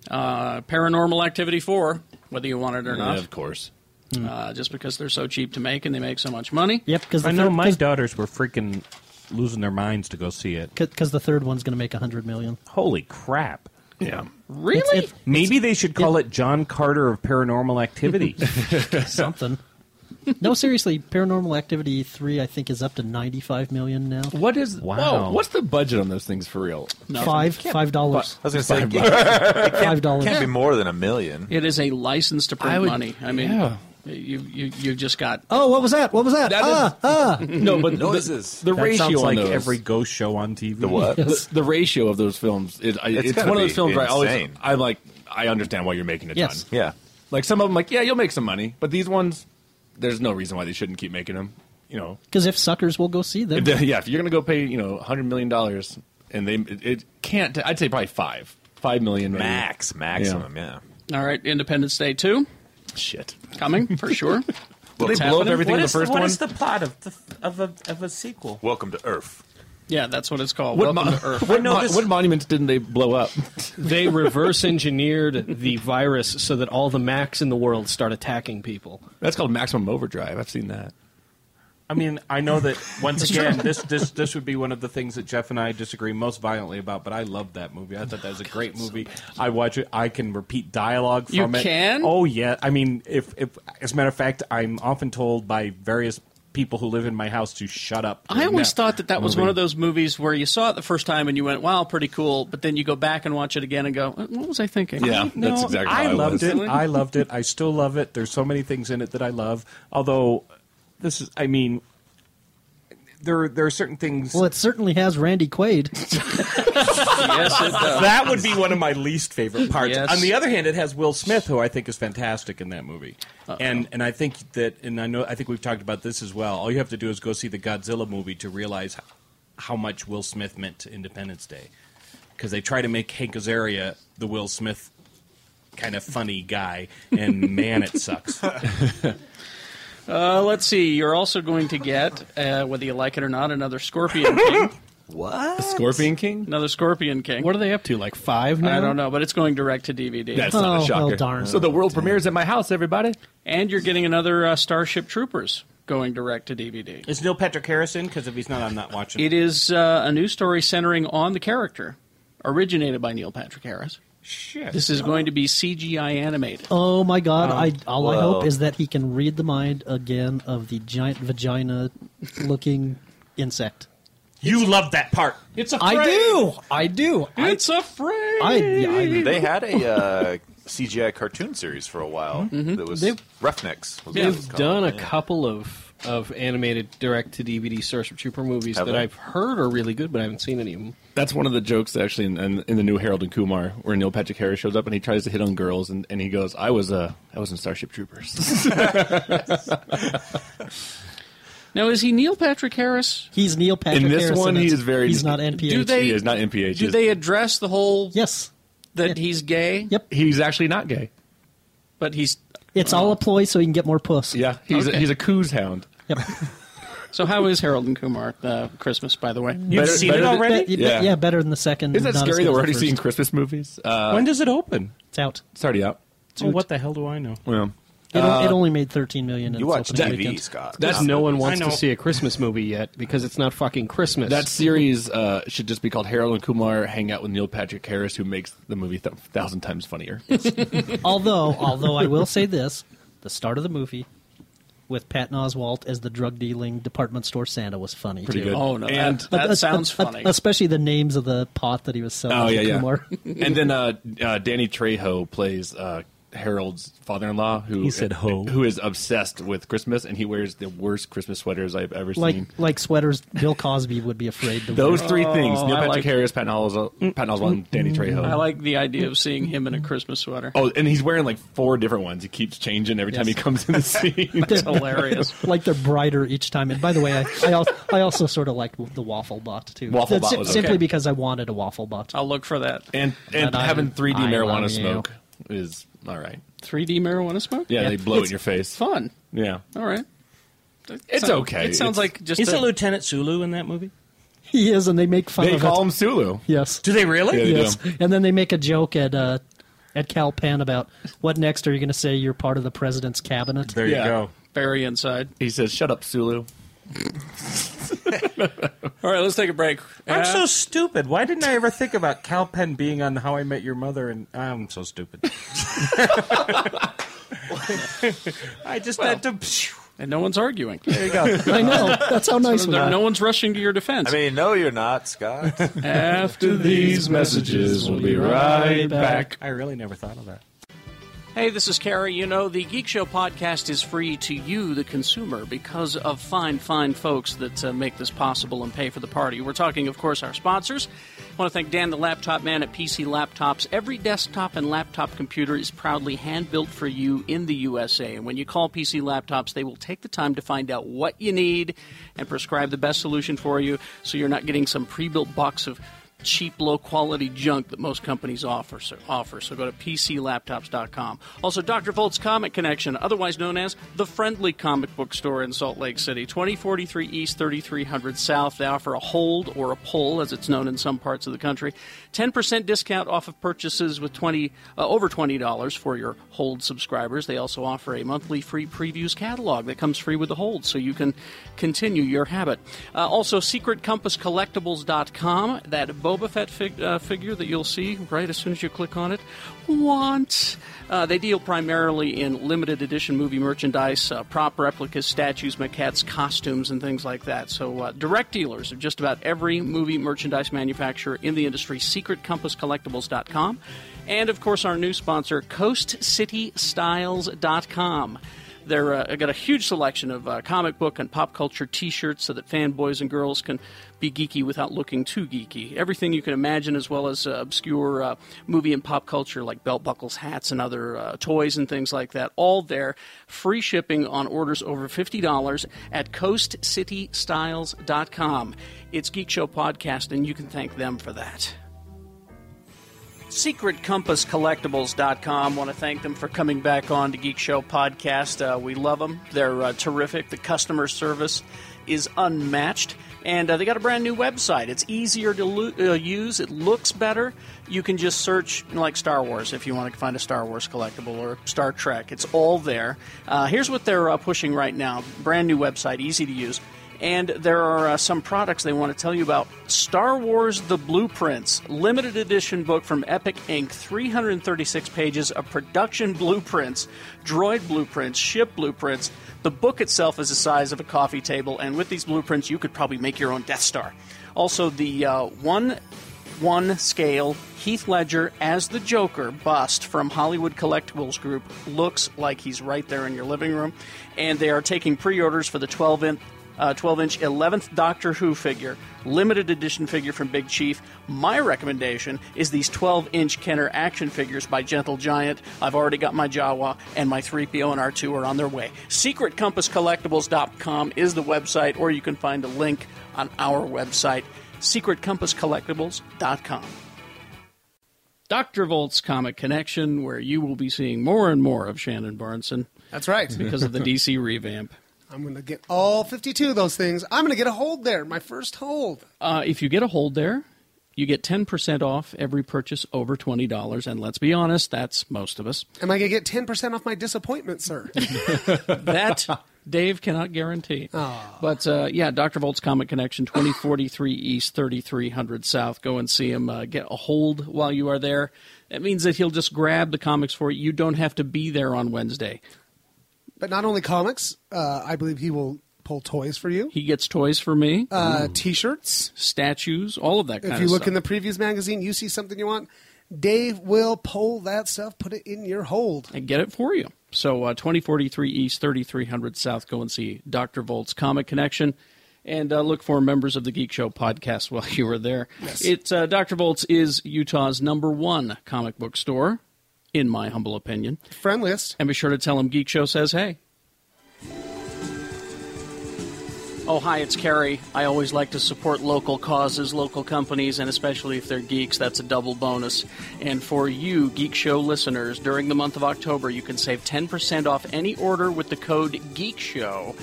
Uh, Paranormal Activity 4, whether you want it or Yeah, not. of course. Uh, just because they're so cheap to make and they make so much money. Yep, because I know my daughters were freaking losing their minds to go see it. Because the third one's going to make a hundred million. Holy crap! Yeah. Really? Maybe they should call it John Carter of Paranormal Activity. Something. no, seriously, Paranormal Activity three I think is up to ninety five million now. What is Wow. Whoa, what's the budget on those things for real? Five five dollars. I was going to say, it Five can't, bucks. Five dollars. can't be more than a million. It is a license to print I would- money. I mean, yeah. you, you, you've just got Oh, what was that? What was that? That ah, is- ah. No, but The, the that ratio sounds on like those- every ghost show on TV. The what? The, the ratio of those films. Is, I, It's it's gotta one of be those films where I always. insane. I'm like, I understand why you're making a Yes. ton. Yeah. Like some of them, like yeah, you'll make some money, but these ones, there's no reason why they shouldn't keep making them. You know, Because if suckers will go see them. If they- yeah. If you're gonna go pay, you know, hundred million dollars, and they it, it can't. I'd say probably five, five million maybe. Max, maximum, yeah. All right, Independence Day 2. Shit. Coming, for sure. Will they It's blow happening. up everything in the first one? the plot of the, of a of a sequel? Welcome to Earth. Yeah, that's what it's called. What, Welcome mo- to Earth. what, mo- what monuments didn't they blow up? They reverse engineered the virus so that all the Macs in the world start attacking people. That's called maximum overdrive. I've seen that. I mean, I know that once It's again, true. this this this would be one of the things that Jeff and I disagree most violently about. But I loved that movie. I thought that was a great movie. I watch it. I can repeat dialogue You from it. can? Oh yeah. I mean, if if as a matter of fact, I'm often told by various people who live in my house to shut up. I always No. thought that that was Movie. one of those movies where you saw it the first time and you went, "Wow, pretty cool," but then you go back and watch it again and go, "What was I thinking?" no, I loved it. I loved it. I still love it. There's so many things in it that I love. Although this is, I mean, there there are certain things. Well, it certainly has Randy Quaid. yes, it does. That would be one of my least favorite parts. Yes. On the other hand, it has Will Smith, who I think is fantastic in that movie, and and I think that, and I know I think we've talked about this as well. All you have to do is go see the Godzilla movie to realize how, how much Will Smith meant to Independence Day, because they try to make Hank Azaria the Will Smith kind of funny guy, and man, it sucks. Uh, let's see. You're also going to get, uh, whether you like it or not, another Scorpion King. Ah, What? Scorpion King? Another Scorpion King. What are they up to? Like five I don't know, but it's going direct to DVD. That's Oh, not a shocker. So the world premieres at my house, everybody. and you're getting another uh, Starship Troopers going direct to DVD. Is Neil Patrick Harris in? Because if he's not, I'm not watching. It is uh, a new story centering on the character, originated by Neil Patrick Harris. Shit. This is going to be CGI animated. Oh my God! Um, I all I well- hope is that he can read the mind again of the giant vagina-looking insect. You love that part. It's a I do. I do. It's a frame. I, yeah, I- They had a uh, CGI cartoon series for a while that was They've- Roughnecks. Was what it was They've called. done a Yeah. couple of of animated direct to DVD Starship Trooper movies Have that they? I've heard are really good, but I haven't seen any of them. That's one of the jokes actually in, in, in the new Harold and Kumar, where Neil Patrick Harris shows up and he tries to hit on girls, and, and he goes, "I was uh, I was in Starship Troopers." Now, is he Neil Patrick Harris? He's Neil Patrick in this Harris, one, and he it's- is very. He's not NPH. Do they, He is not NPH. Do they address the whole? Yes. That he's gay. Yep. He's actually not gay. But he's It's all a ploy so he can get more puss. Yeah, he's a, he's a coos hound. So how is Harold and Kumar uh, Christmas? By the way, You've Better- seen it better than- already? Be- yeah, better than the second, Isn't that not as scary good that as we're the already seeing first. Christmas movies? Uh, when does it open? It's out. It's already out. Oh, what the hell do I know? Well, It, o- Uh, it only made thirteen million. in its opening weekend. That's no one wants I to know. see a Christmas movie yet because it's not fucking Christmas. That series uh, should just be called Harold and Kumar Hang Out with Neil Patrick Harris, who makes the movie th- thousand times funnier. although, although I will say this: the start of the movie with Patton Oswalt as the drug dealing department store Santa was funny. Pretty too. good. Oh, no, And- that- Uh, that uh, sounds uh, funny. Especially the names of the pot that he was selling. oh to yeah, yeah. Kumar. and then uh, uh, Danny Trejo plays uh, Harold's father-in-law, who He said ho. who is obsessed with Christmas, and he wears the worst Christmas sweaters I've ever like Oh, seen. like sweaters, Bill Cosby would be afraid. To Those wear. three things: Neil I Patrick like- Harris, Patton Mm-hmm. Oswalt, Patton Oswalt, and Danny Trejo. I like the idea of seeing him in a Christmas sweater. Oh, and he's wearing like four different ones. He keeps changing every time he Yes. comes in the scene. That's hilarious. like they're brighter each time. And by the way, I I also, I also sort of liked the waffle bot too. Waffle That's Bot si- was simply okay. because I wanted a waffle bot. I'll look for that. And and But I- having 3D I marijuana love you. smoke is all right. 3D marijuana smoke. Yeah, they blow it in It's your face. Fun. Yeah. All right. It It's sound- okay. It sounds It's- like just Is a, it Lieutenant Sulu in that movie? He is, and they make fun They of call it. him Sulu. Yes. Do they really? yes. And then they make a joke at uh, at Cal Penn about what next are you going to say you're part of the president's cabinet? Yeah. Barry inside. He says, "Shut up, Sulu." All right, let's take a break. I'm Uh, so stupid. Why didn't I ever think about Calpen being on How I Met Your Mother? And ah, I'm so stupid. I just had to. And no one's arguing. There you go. I know. That's how nice we no, are. no one's rushing to your defense. I mean, no, you're not, Scott. After these messages, we'll be right back. I really never thought of that. Hey, this is Carrie. You know, the Geek Show podcast is free to you, the consumer, because of fine, fine folks that uh, make this possible and pay for the party. We're talking, of course, our sponsors. I want to thank Dan the Laptop Man at PC Laptops. Every desktop and laptop computer is proudly hand built for you in the USA. And when you call PC Laptops, they will take the time to find out what you need and prescribe the best solution for you so you're not getting some pre built box of cheap, low quality junk that most companies offer. So, offer. so go to PCLaptops.com. Also, Dr. Volt's Comic Connection, otherwise known as the Friendly Comic Book Store in Salt Lake City, 2043 East, 3300 South. They offer a hold or a pull, as it's known in some parts of the country. 10% discount off of purchases with 20 uh, over $20 for your hold subscribers. They also offer a monthly free previews catalog that comes free with the hold, so you can continue your habit. Uh, also, secretcompasscollectibles.com, that Boba Fett fig- uh, figure that you'll see right as soon as you click on it. Want? Uh, they deal primarily in limited edition movie merchandise, uh, prop replicas, statues, maquettes, costumes, and things like that. So, uh, direct dealers of just about every movie merchandise manufacturer in the industry, secretcompasscollectibles.com. And of course, our new sponsor, coastcitystyles.com. They're uh, got a huge selection of uh, comic book and pop culture T-shirts, so that fanboys and girls can be geeky without looking too geeky. Everything you can imagine, as well as uh, obscure uh, movie and pop culture like belt buckles, hats, and other uh, toys and things like that. All there, free shipping on orders over fifty dollars at CoastCityStyles.com. It's Geek Show podcast, and you can thank them for that. SecretCompassCollectibles.com. Want to thank them for coming back on to Geek Show Podcast. Uh, we love them. They're uh, terrific. The customer service is unmatched. And uh, they got a brand new website. It's easier to lo- uh, use, it looks better. You can just search like Star Wars if you want to find a Star Wars collectible or Star Trek. It's all there. Uh, here's what they're uh, pushing right now brand new website, easy to use. And there are uh, some products they want to tell you about. Star Wars The Blueprints, limited edition book from Epic Inc., 336 pages of production blueprints, droid blueprints, ship blueprints. The book itself is the size of a coffee table, and with these blueprints, you could probably make your own Death Star. Also, the uh, one one scale Heath Ledger as the Joker bust from Hollywood Collectibles Group looks like he's right there in your living room, and they are taking pre-orders for the 12 inch. Uh, 12 inch 11th Doctor Who figure, limited edition figure from Big Chief. My recommendation is these 12 inch Kenner action figures by Gentle Giant. I've already got my Jawa, and my 3PO and R2 are on their way. SecretCompassCollectibles.com is the website, or you can find a link on our website, secretcompasscollectibles.com. Dr. Volt's Comic Connection, where you will be seeing more and more of Shannon Barneson. That's right. Because of the DC revamp. I'm going to get all 52 of those things. I'm going to get a hold there, my first hold. Uh, if you get a hold there, you get 10% off every purchase over $20. And let's be honest, that's most of us. Am I going to get 10% off my disappointment, sir? that Dave cannot guarantee. But uh, yeah, Dr. Volt's Comic Connection, 2043 East, 3300 South. Go and see him. Uh, get a hold while you are there. That means that he'll just grab the comics for you. You don't have to be there on Wednesday. but not only comics, uh, I believe he will pull toys for you. He gets toys for me, Uh, T-shirts, statues, all of that kind If of you look stuff. in the previews magazine, you see something you want, Dave will pull that stuff, put it in your hold. and get it for you. So uh, 2043 East, 3300 South. Go and see Dr. Volt's Comic Connection. And uh, look for members of the Geek Show podcast while you are there. It's uh, Dr. Volt's is Utah's number one comic book store, in my humble opinion. Friendliest. And be sure to tell him Geek Show says hey. Oh, hi, it's Carrie. I always like to support local causes, local companies, and especially if they're geeks, that's a double bonus. And for you, Geek Show listeners, during the month of October, you can save 10% off any order with the code Geek Show.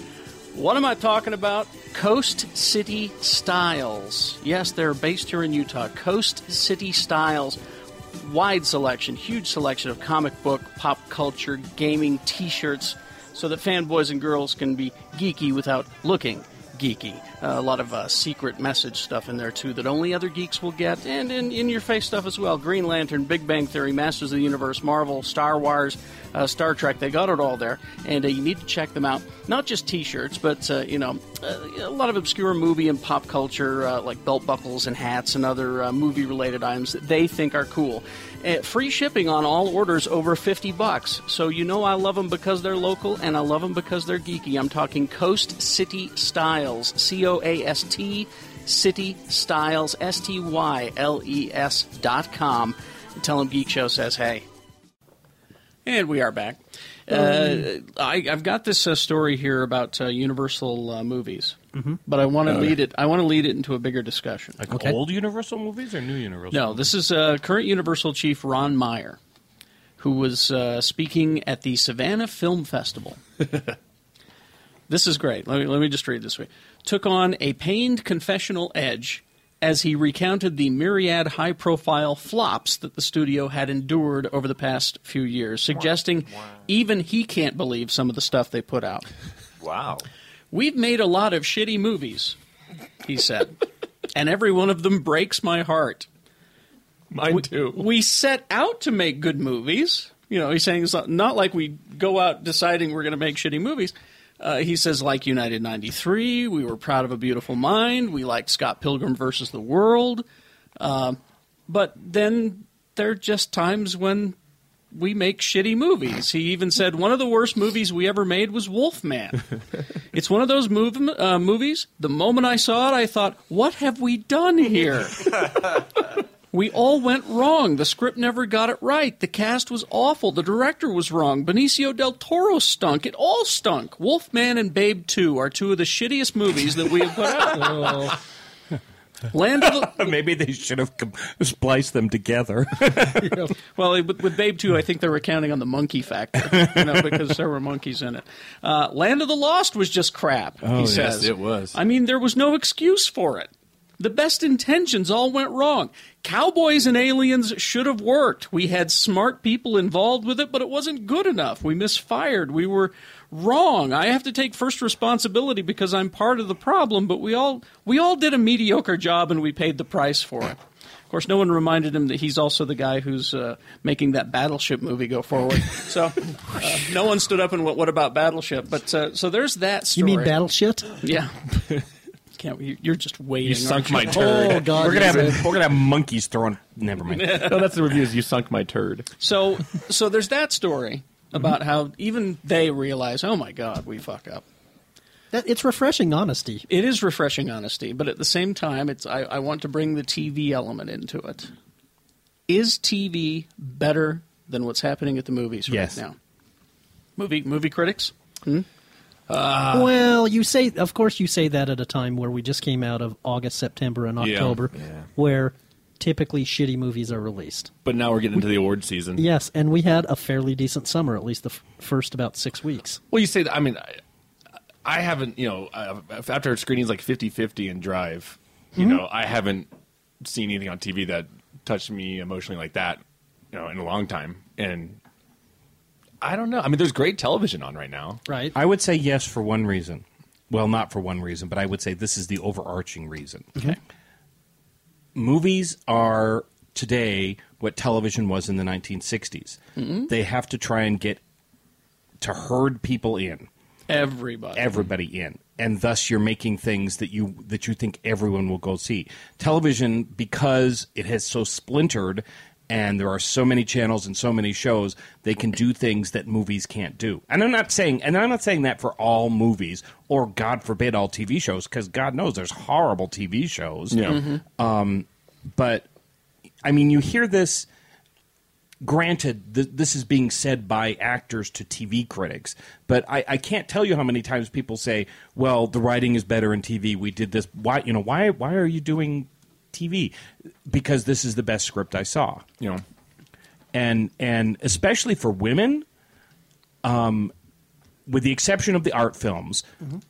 What am I talking about? Coast City Styles. Yes, they're based here in Utah. Coast City Styles. Wide selection, huge selection of comic book, pop culture, gaming t shirts, so that fanboys and girls can be geeky without looking geeky. Uh, a lot of uh, secret message stuff in there, too, that only other geeks will get, and in, in your face stuff as well. Green Lantern, Big Bang Theory, Masters of the Universe, Marvel, Star Wars, uh, Star Trek, they got it all there, and uh, you need to check them out. Not just t shirts, but, uh, you know, uh, a lot of obscure movie and pop culture, uh, like belt buckles and hats and other uh, movie related items that they think are cool. Uh, free shipping on all orders over 50 bucks. So you know I love them because they're local and I love them because they're geeky. I'm talking Coast City Styles. C O A S T City Styles. S T Y L E S dot com. Tell them Geek Show says hey. And we are back. Uh, I, I've got this uh, story here about uh, Universal uh, movies, Mhm. but I want to Okay. lead it. I want to lead it into a bigger discussion. Like old Universal movies or new Universal? No, this is uh, current Universal chief Ron Meyer, who was uh, speaking at the Savannah Film Festival. this is great. Let me, let me just read this way. Took on a pained confessional edge as he recounted the myriad high profile flops that the studio had endured over the past few years, suggesting even he can't believe some of the stuff they put out. Wow. We've made a lot of shitty movies, he said, and every one of them breaks my heart. Mine too. We set out to make good movies. You know, he's saying it's not, not like we go out deciding we're going to make shitty movies. Uh, he says, like United 93, we were proud of A Beautiful Mind. We liked Scott Pilgrim versus the World. Um, but then there are just times when we make shitty movies. He even said one of the worst movies we ever made was Wolfman. it's one of those mov- uh, movies. The moment I saw it, I thought, what have we done here? We all went wrong. The script never got it right. The cast was awful. The director was wrong. Benicio del Toro stunk. It all stunk. Wolfman and Babe 2 are two of the shittiest movies that we have put out. Oh. Land of the... Maybe they should have com- spliced them together. well, with, with Babe 2, I think they were counting on the monkey factor, you know, because there were monkeys in it. Uh, Land of the Lost was just crap, Oh, he yes, says. it was. I mean, there was no excuse for it. The best intentions all went wrong. Cowboys and aliens should have worked. We had smart people involved with it, but it wasn't good enough. We misfired. We were wrong. I have to take first responsibility because I'm part of the problem, but we all we all did a mediocre job and we paid the price for it. Of course, no one reminded him that he's also the guy who's uh, making that Battleship movie go forward. So uh, no one stood up and went, "What about Battleship?" But uh, so there's that story. You mean battleship? Yeah. can't. you- You're just waiting. You sunk my aren't Oh, Oh, turd. we're gonna have yes. we're gonna have monkeys throwing. Never mind. No, that's the review. Is you sunk my turd. So, so there's that story about how even they realize, oh my god, we fuck up. That, it's refreshing honesty. It is refreshing honesty, but at the same time, it's I, I want to bring the TV element into it. Is TV better than what's happening at the movies right Yes. now? Movie movie critics. Uh, well, you say, of course, you say that at a time where we just came out of August, September, and Yeah, October, yeah. where typically shitty movies are released. But now we're getting into the award season. Yes, and we had a fairly decent summer, at least the f- first about six weeks. Well, you say that. I mean, I, I haven't, you know, uh, after screenings like 50 50 and Drive, you Mhm. know, I haven't seen anything on TV that touched me emotionally like that, you know, in a long time. And I don't know. I mean, there's great television on right now. Right. I would say yes for one reason. Well, not for one reason, but I would say this is the overarching reason. Okay. Movies are today what television was in the 1960s. Mhm. They have to try and get to herd people in. everybody. everybody in and thus you're making things that you that you think everyone will go see television because it has so splintered and there are so many channels and so many shows they can do things that movies can't do and i'm not saying and i'm not saying that for all movies or god forbid all tv shows because god knows there's horrible tv shows Yeah. Mhm. um, but i mean you hear this granted th- this is being said by actors to tv critics but I-, I can't tell you how many times people say well the writing is better in tv we did this why you know why why are you doing tv because this is the best script i saw you know and and especially for women um with the exception of the art films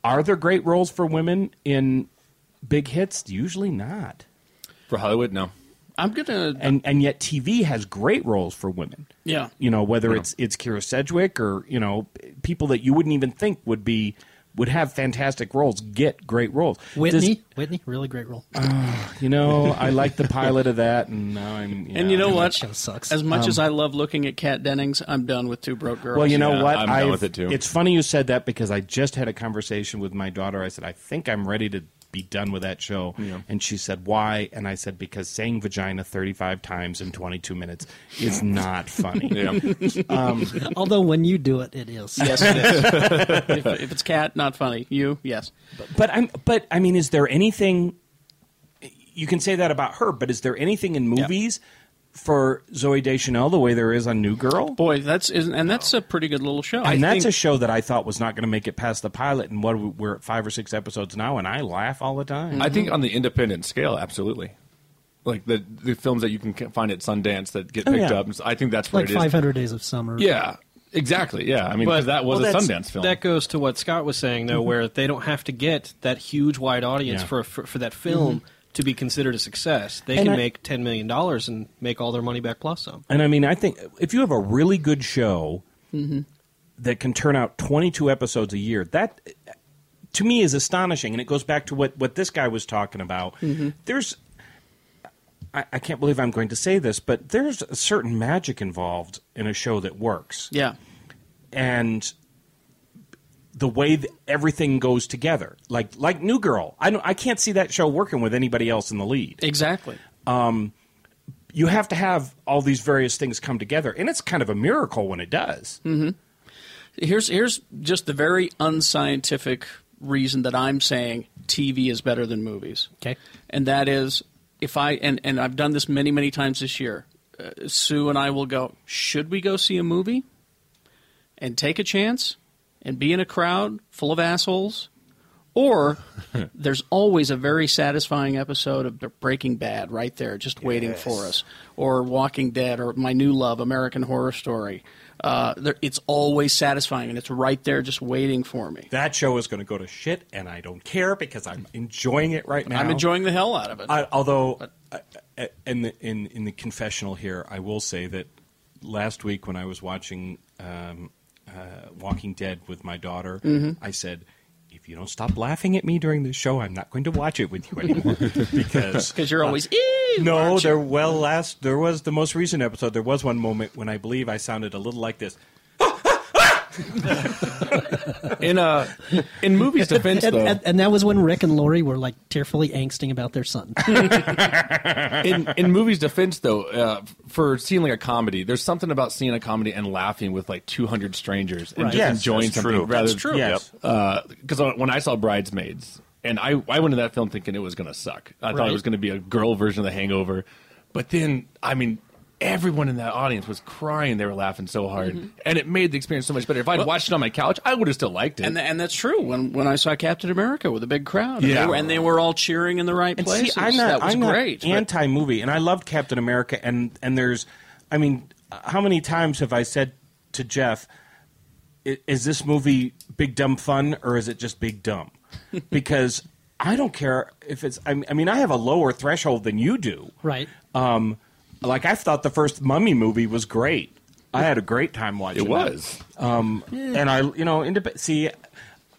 are there great roles for women in big hits usually not for hollywood no i'm gonna and and yet tv has great roles for women Yeah. you know whether Yeah. it's it's Kira Sedgwick or you know people that you wouldn't even think would be would have fantastic roles get great roles. Whitney, Does- Whitney, really great role. you know, I like the pilot of that, and now I'm. and you know I'm- what? As much Um, as I love looking at Kat Dennings, I'm done with Two Broke Girls. Well, you know what? I've- I've- It's funny you said that because I just had a conversation with my daughter. I said, I think I'm ready to be done with that show. Yeah. And she said, Why? And I said, Because saying vagina 35 times in 22 minutes is not funny. um, Although when you do it, it is. Yes, it is. if, if it's Cat, not funny. You, yes. But I'm. But I mean, is there anything? You can say that about her, but is there anything in movies for Zoe Deschanel the way there is on New Girl? Boy, that's isn't, and that's a pretty good little show. And that's a show that I thought was not going to make it past the pilot, and what we're at five or six episodes now, and I laugh all the time. I think on the independent scale, absolutely. Like the the films that you can c- find at Sundance that get Oh, picked yeah. up, I think that's where like it is. 500 Days of Summer. Yeah, exactly. Yeah, I mean, 'cause that was well, a that's- Sundance film. That goes to what Scott was saying, though, Mhm. where they don't have to get that huge wide audience Yeah. for, for for that film to be considered a success. They And can I- make ten million dollars and make all their money back plus some. And I mean, I think if you have a really good show that can turn out 22 episodes a year, that to me is astonishing. And it goes back to what, what this guy was talking about. Mhm. There's, I, I can't believe I'm going to say this, but there's a certain magic involved in a show that works. Yeah. And the way that everything goes together, like like New Girl, I don't, I can't see that show working with anybody else in the lead. Exactly. Um, you have to have all these various things come together, and it's kind of a miracle when it does. hmm Here's here's just the very unscientific reason that I'm saying TV is better than movies. Okay, and that is if I and and I've done this many many times this year. Uh, Sue and I will go. Should we go see a movie and take a chance and be in a crowd full of assholes, or there's always a very satisfying episode of B- Breaking Bad right there, just waiting for us, or Walking Dead, or my new love, American Horror Story. Uh, there, it's always satisfying, and it's right there, just waiting for me. That show is going to go to shit, and I don't care because I'm enjoying it right now. I'm enjoying the hell out of it. I, although, I- I- in the in in the confessional here, I will say that last week when I was watching um, uh, Walking Dead with my daughter, Mhm. Mm-hmm. I said. If you don't stop laughing at me during this show, I'm not going to watch it with you anymore because 'Cause you're always, "Ew, uh, no. aren't you?" There well last there was the most recent episode. There was one moment when I believe I sounded a little like this. in uh, in movies defense and, though. and- and that was when Rick and Lori were like tearfully angsting about their son. in in movies defense though uh, for seeing like a comedy there's something about seeing a comedy and laughing with like 200 strangers and Right. just Yes, enjoying that's something true. rather That's true. Yes. because Uh, when i saw bridesmaids and I, I went to that film thinking it was going to suck i thought Right. it was going to be a girl version of the hangover but then i mean everyone in that audience was crying they were laughing so hard Mm-hmm. Mhm. and it made the experience so much better if i'd Well- watched it on my couch i would have still liked it And, th- and that's true. When when I saw Captain America with a big crowd, and Yeah. they were, and they were all cheering in the right And places. See, I'm not. that was I'm great. but- not anti movie, and I loved Captain America. And and there's, I mean, how many times have I said to Jeff, "I- "Is this movie big dumb fun or is it just big dumb?" Because I don't care if it's. I mean- I mean, I have a lower threshold than you do. right. Um, like I thought the first Mummy movie was great. I had a great time watching. It was. that. um, Yeah. and I, you know, indep- see,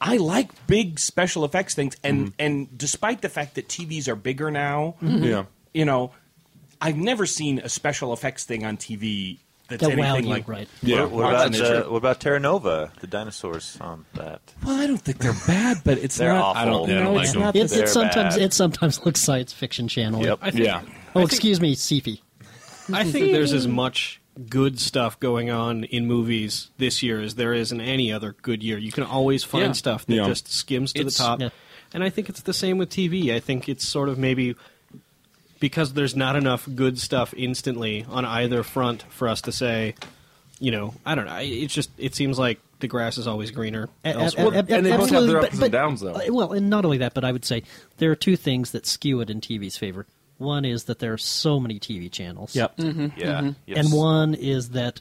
I like big special effects things, Mm-hmm. and and despite the fact that TVs are bigger now, Mm-hmm. Mm-hmm. Mhm. Yeah. you know, I've never seen a special effects thing on TV that's That wowed anything you, like right. What, what about uh, what about Terra Nova? The dinosaurs on that. Well, I don't think they're bad, but it's They're not. awful. I don't- no, I don't it's like them. not It, the- it sometimes it sometimes looks science fiction channel. Yep. I think- Yeah. Oh, excuse me, Seepy. I think there's as much good stuff going on in movies this year as there is in any other good year. You can always find Yeah. stuff that Yeah. just skims to It's- the top. yeah. And I think it's the same with TV. I think it's sort of maybe because there's not enough good stuff instantly on either front for us to say, you know, I don't know. I- It's just it seems like the grass is always greener A- a- elsewhere. a- a- absolutely, but- but- though. uh, Well, and not only that, but I would say there are two things that skew it in TV's favor. One is that there are so many TV channels. Yep. Mm-hmm. Mhm. Yeah, Mhm. yes. And one is that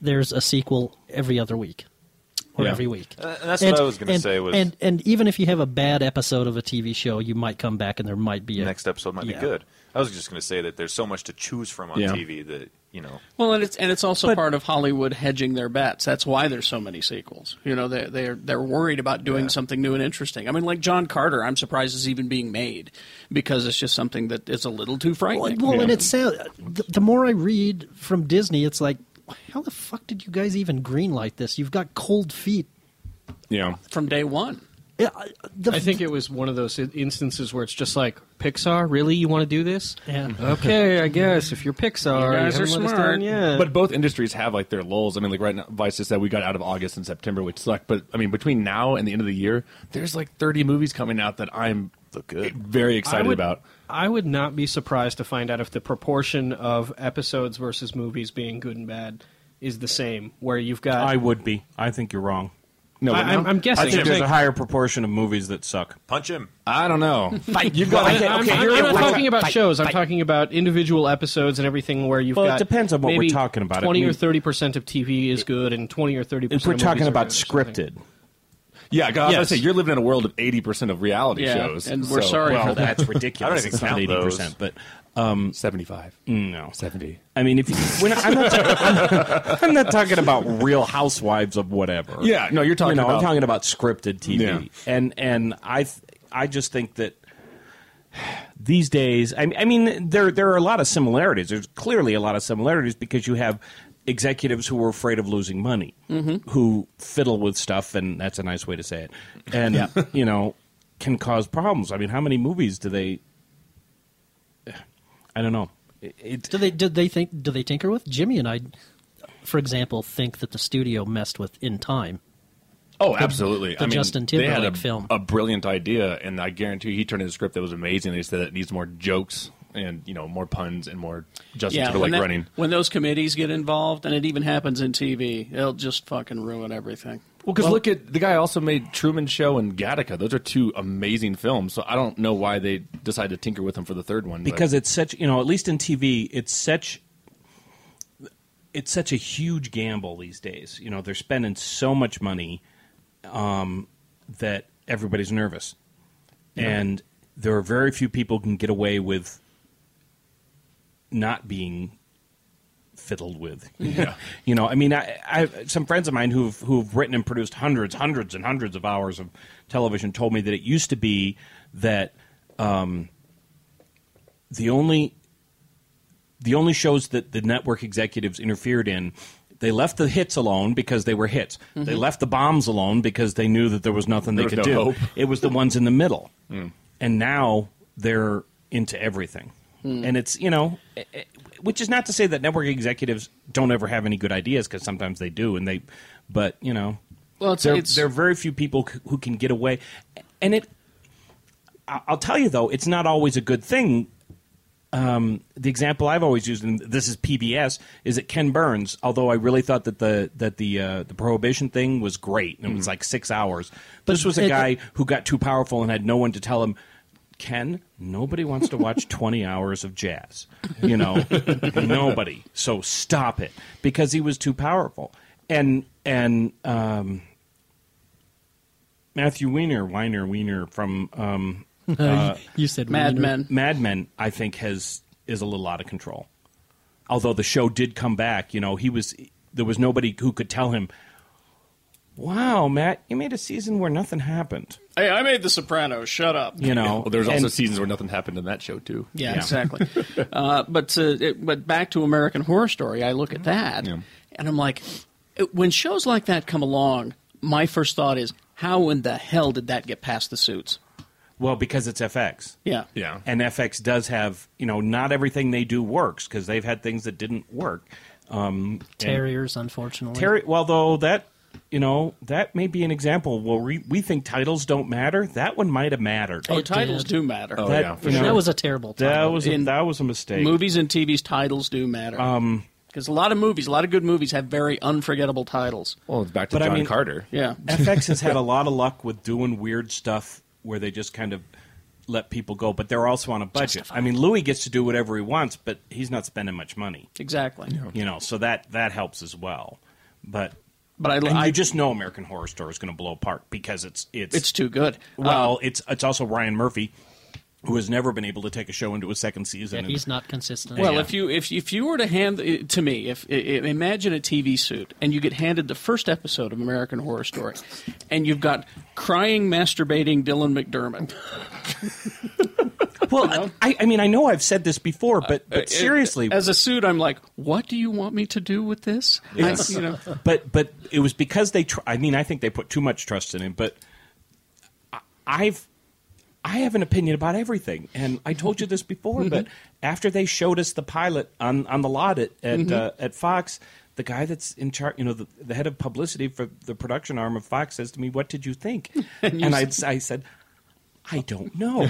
there's a sequel every other week or Yeah. every week. Uh, and that's what I was gonna and- say was- and and even if you have a bad episode of a TV show, you might come back and there might be a Next episode might Yeah. be good. I was just going to say that there's so much to choose from on Yeah. TV that you know. Well, and it's and it's also part of Hollywood hedging their bets. That's why there's so many sequels. You know, they they're they're worried about doing something new and interesting. I mean, like John Carter, I'm surprised is even being made because it's just something that is a little too frightening. Well, and it sounds. The, the more I read from Disney, it's like, how the fuck did you guys even greenlight this? You've got cold feet. yeah, from day one. Yeah, I think it was one of those in- instances where it's just like Pixar. Really, you want to do this? Yeah. Okay, I guess if you're You Pixar, guys you are haven't let us smart. down yet. But both industries have like their lulls. I mean, like right now, Vice just said we got out of August and September, which sucked. But I mean, between now and the end of the year, there's like 30 movies coming out that I'm very excited I would- about. I would not be surprised to find out if the proportion of episodes versus movies being good and bad is the same. Where you've got, I would be. I think you're wrong. No, I- but I'm- no. I'm guessing. I think there's Punch a him. higher proportion of movies that suck. Punch him. I don't know. You've got- Well, okay, I'm, okay, I'm you're- not fight, talking about fight, shows. I'm fight. talking about individual episodes and everything where you've Well, it got. depends on what we're maybe talking about. It Twenty or means- thirty percent of TV is good, and twenty or thirty. percent If we're talking about scripted, Yeah, God, I was Yes. gonna say you're living in a world of 80 percent of reality shows, so- well, That's ridiculous. it's not eighty percent, but um, seventy-five. No, seventy. I mean, if you, when I- I'm, not ta- I'm not talking about Real Housewives of whatever. Yeah, no, you're talking You know, about- I'm talking about scripted TV, Yeah. and and I th- I just think that these days, I, I mean, there there are a lot of similarities. There's clearly a lot of similarities because you have executives who are afraid of losing money, Mhm. who fiddle with stuff, and that's a nice way to say it, and you know, can cause problems. I mean, how many movies do they? I don't know. do they did they think do they tinker with Jimmy and I, for example, think that the studio messed with in time. Oh, The- absolutely! the I mean, Justin they had Timberlake a, film. a brilliant idea, and I guarantee you he turned in a script that was amazing. They said it needs more jokes and you know more puns and more Justin when Timberlake that- running. When those committees get involved, and it even happens in TV, it'll just fucking ruin everything. Well, because look at the guy also made Truman Show and Gattaca. Those are two amazing films. So I don't know why they decided to tinker with them for the third one. but- because it's such you know at least in TV it's such it's such a huge gamble these days. You know they're spending so much money um, that everybody's nervous, Yeah. and there are very few people can get away with not being fiddled with. Yeah. you know, I mean, I, I some friends of mine who've who've written and produced hundreds, hundreds, and hundreds of hours of television told me that it used to be that um, the only the only shows that the network executives interfered in They left the hits alone because they were hits. They Mhm. left the bombs alone because they knew that there was nothing they There could was do. no hope. Mm. It was the ones in the middle. And now they're into everything. Hmm. And it's, you know, eh, eh, which is not to say that network executives don't ever have any good ideas because sometimes they do and they but, you know, Well, it's- there, it's- there are very few people c- who can get away. And it I- I'll tell you though, it's not always a good thing. Um, the example I've always used, and this is PBS, is that Ken Burns. Although I really thought that the that the uh, the prohibition thing was great, and it was like six hours. this was a Mm-hmm. it- guy who got too powerful and had no one to tell him. Ken, nobody wants to watch twenty hours of jazz. You know, nobody. So stop it because he was too powerful. And and um, Matthew Weiner, Weiner, Weiner from um, You said Mad Weiner. Men. Mad Men, I think has is a little out of control. Although the show did come back, you know, he was there was nobody who could tell him, "Wow, Matt, you made a season where nothing happened." Hey, I made The Sopranos. Shut up. You know, well, there's also and- seasons where nothing happened in that show too. Yeah, exactly. uh, but uh, it, but back to American Horror Story, I look at that and I'm like, it- when shows like that come along, my first thought is, how in the hell did that get past the suits? Well, because it's FX. Yeah. Yeah. And FX does have, you know, not everything they do works because they've had things that didn't work. Um, and- Terriers, unfortunately. Terry, well, though that you know that may be an example. Well, we we think titles don't matter. That one might have mattered. Oh, It titles did. do matter. Oh, yeah, for you know, sure. That was a terrible That title. was a, In that was a mistake. Movies and TV's titles do matter. Um, because a lot of movies, a lot of good movies, have very unforgettable titles. Well, it's back But I mean, Yeah, FX has had a lot of luck with doing weird stuff where they just kind of let people go, but they're also on a budget. I mean, Louis gets to do whatever he wants, but he's not spending much money. Exactly. Yeah. You know, so that that helps as well. But but I, and you just know American Horror Story is going to blow apart because it's it's It's too good. Well, it's it's also Ryan Murphy. Who has never been able to take a show into a second season? and- He's not consistent. Well, if you if if you were to hand it to me, if, i i- imagine a TV suit and you get handed the first episode of American Horror Story, and you've got crying, masturbating Dylan McDermott. well, I, I mean, I know I've said this before, Uh, but but seriously, as a suit, I'm like, what do you want me to do with this? I- Yes. you know, but but it was because they. Tr- I mean, I think they put too much trust in him. But I- I've I have an opinion about everything, and I told you this before. But after they showed us the pilot on on the lot at at, Mhm. uh, at Fox, the guy that's in charge, you know, the, the head of publicity for the production arm of Fox, says to me, "What did you think?" and you I said- I said. I don't know.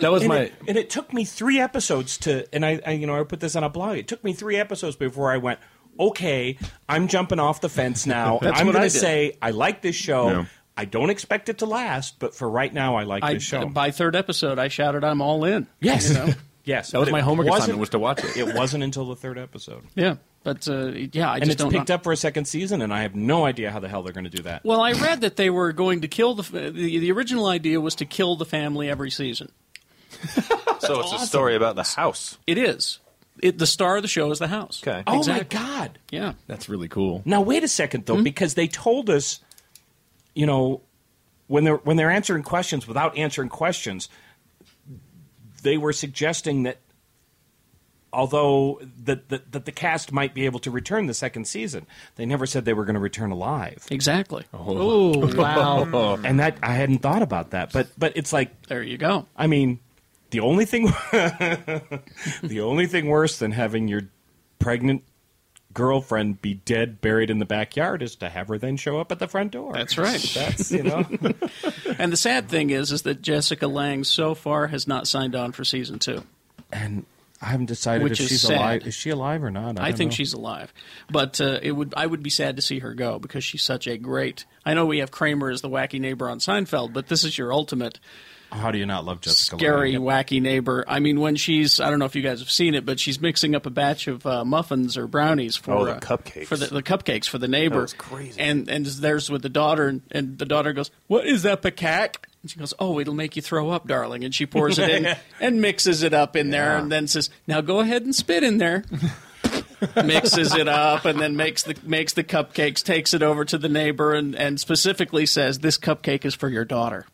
That was And my- it- and it took me three episodes to, and I, I, you know, I put this on a blog. It took me three episodes before I went, okay, I'm jumping off the fence now. That's I'm what I going to did. say I like this show. Yeah. I don't expect it to last, but for right now, I like I, this show. by third episode, I shouted, "I'm all in." Yes. you know? yes, That was but my it homework wasn't- assignment was to watch it. It wasn't until the third episode, yeah. But uh, yeah, I and just it's don't. picked up for a second season, and I have no idea how the hell they're going to do that. Well, I read that they were going to kill the, f- the the original idea was to kill the family every season. So it's a story about the house. It is. It, the star of the show is the house. Okay. Oh my God! Yeah. That's really cool. Now wait a second though, because they told us, you know, when they're when they're answering questions without answering questions, they were suggesting that although that that, that the cast might be able to return the second season, they never said they were going to return alive. Exactly. Oh Ooh, wow. and that I hadn't thought about that, but but it's like there you go. I mean, the only thing the only thing worse than having your pregnant girlfriend be dead buried in the backyard is to have her then show up at the front door. That's right. That's you know. and the sad thing is, is that Jessica Lang so far has not signed on for season two. and I haven't decided if Which is she's sad. alive. Is she alive or not? I, I, don't think know. she's alive, but uh, it would I would be sad to see her go because she's such a great. I know we have Kramer as the wacky neighbor on Seinfeld, but this is your ultimate How do you not love Jessica? scary, Lange? wacky neighbor. I mean, when she's I don't know if you guys have seen it, but she's mixing up a batch of uh, muffins or brownies for Oh, the uh, cupcakes. for the, the cupcakes for the neighbor. That was crazy. And and there's with the daughter, and, and the daughter goes, "What is that macaque?" And she goes, "Oh, it'll make you throw up, darling." And she pours it in and mixes it up in there, and then says, "Now go ahead and spit in there." mixes it up and then makes the makes the cupcakes, takes it over to the neighbor, and, and specifically says, "This cupcake is for your daughter."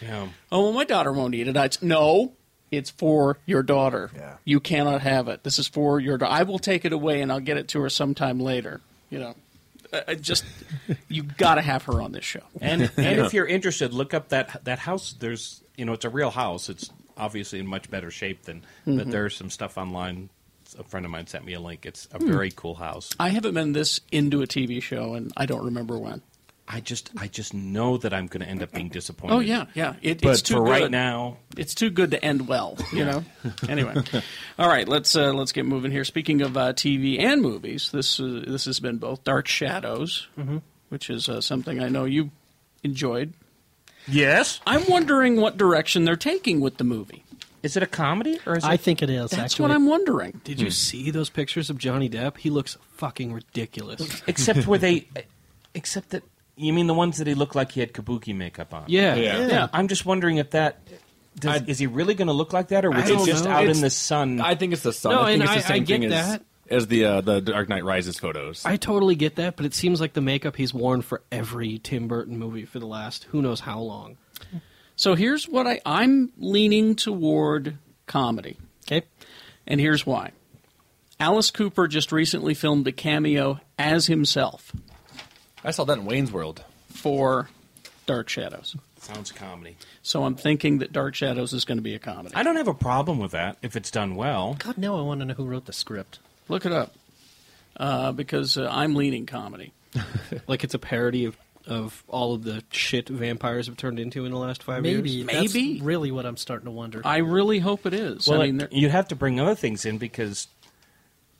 Yeah. Oh, well, my daughter won't eat it. I, no, it's for your daughter. You cannot have it. This is for your daughter. I will take it away and I'll get it to her sometime later. you know, I, I just you got to have her on this show. And and if you're interested, look up that that house. There's you know it's a real house. It's obviously in much better shape than. But Mhm. there's some stuff online. A friend of mine sent me a link. It's a Hmm. very cool house. I haven't been this into a TV show, and I don't remember when. I just I just know that I'm going to end up being disappointed. Oh yeah, yeah. It, but it's too for right good. now, it's too good to end well. You know. anyway, all right. Let's uh, let's get moving here. Speaking of uh, TV and movies, this uh, this has been both Dark Shadows, Mm-hmm. Mhm. which is uh, something I know you enjoyed. Yes. I'm wondering what direction they're taking with the movie. Is it a comedy or is I it- think it is, That's actually. what I'm wondering. Hmm. Did you see those pictures of Johnny Depp? He looks fucking ridiculous. except where they, except that you mean the ones that he looked like he had kabuki makeup on. Yeah. Yeah. Yeah. I'm just wondering if that does, is he really going to look like that, or I was don't it just know. out It's- in the sun? I think it's the sun. No, I think and it's the I- I same get thing as, that. as the uh, the Dark Knight Rises photos. I totally get that, but it seems like the makeup he's worn for every Tim Burton movie for the last who knows how long. So here's what I I'm leaning toward comedy. Okay. And here's why. Alice Cooper just recently filmed a cameo as himself I saw that in Wayne's World. for Dark Shadows. Sounds comedy. So I'm thinking that Dark Shadows is going to be a comedy. I don't have a problem with that if it's done well. God, now I want to know who wrote the script. Look it up. Uh, because uh, I'm leaning comedy. like it's a parody of, of all of the shit vampires have turned into in the last five Maybe. years. That's really what I'm starting to wonder. I really hope it is. Well, I mean, it- you'd have to bring other things in because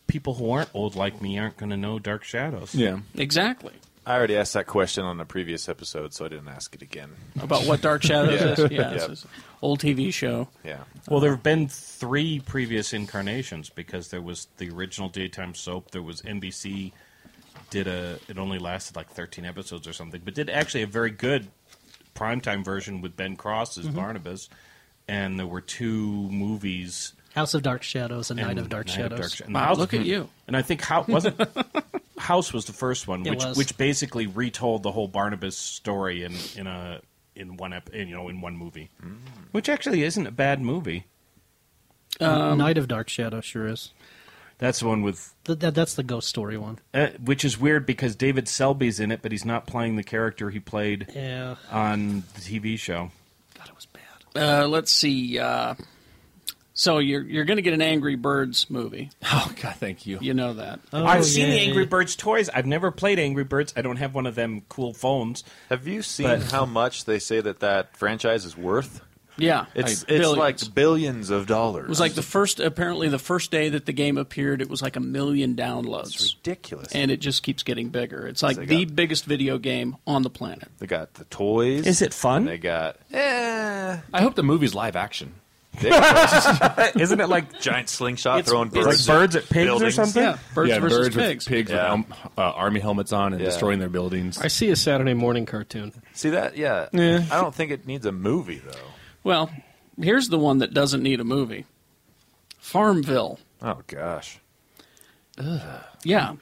people who aren't old like me aren't going to know Dark Shadows. Yeah. Exactly. I already asked that question on a previous episode, so I didn't ask it again. About what Dark Shadows Yeah. is? Yeah, this is old TV show. Yeah. Well, Uh-huh. there have been three previous incarnations because there was the original daytime soap. There was NBC did a. It only lasted like thirteen episodes or something, but did actually a very good primetime version with Ben Cross as Mhm. Barnabas. And there were two movies. House of Dark Shadows and, Night of Dark Night Shadows. Sh- and the House- Hmm. And I think House wasn't. House was the first one, It which was. which basically retold the whole Barnabas story in in a in one ep, in, you know in one movie, which actually isn't a bad movie. Um, Night of Dark Shadow sure is. That's the one with Th- that, that's the ghost story one. Uh, which is weird because David Selby's in it, but he's not playing the character he played Yeah. on the TV show. Uh, let's see. Uh, so you're you're going to get an Angry Birds movie. Oh God, thank you. You know that. Oh, I've seen the Angry Birds toys. I've never played Angry Birds. I don't have one of them cool phones. Have you seen But- how much they say that that franchise is worth? Yeah, It's like it's billions. like billions of dollars. It was like the first. Apparently, the first day that the game appeared, it was like a million downloads. It's ridiculous, and it just keeps getting bigger. It's like They the biggest video game on the planet. They got the toys. Is it fun? They got. I hope the movie's live action. Isn't it like giant slingshot It's- throwing it's- birds? Like birds at pigs or buildings? something? Yeah, Birds yeah, versus birds with pigs. pigs with Yeah. um, uh, army helmets on and Yeah. destroying their buildings. I see a Saturday morning cartoon. See that? Yeah. Yeah. I don't think it needs a movie though. Well, here's the one that doesn't need a movie. Farmville. Oh gosh. Yeah.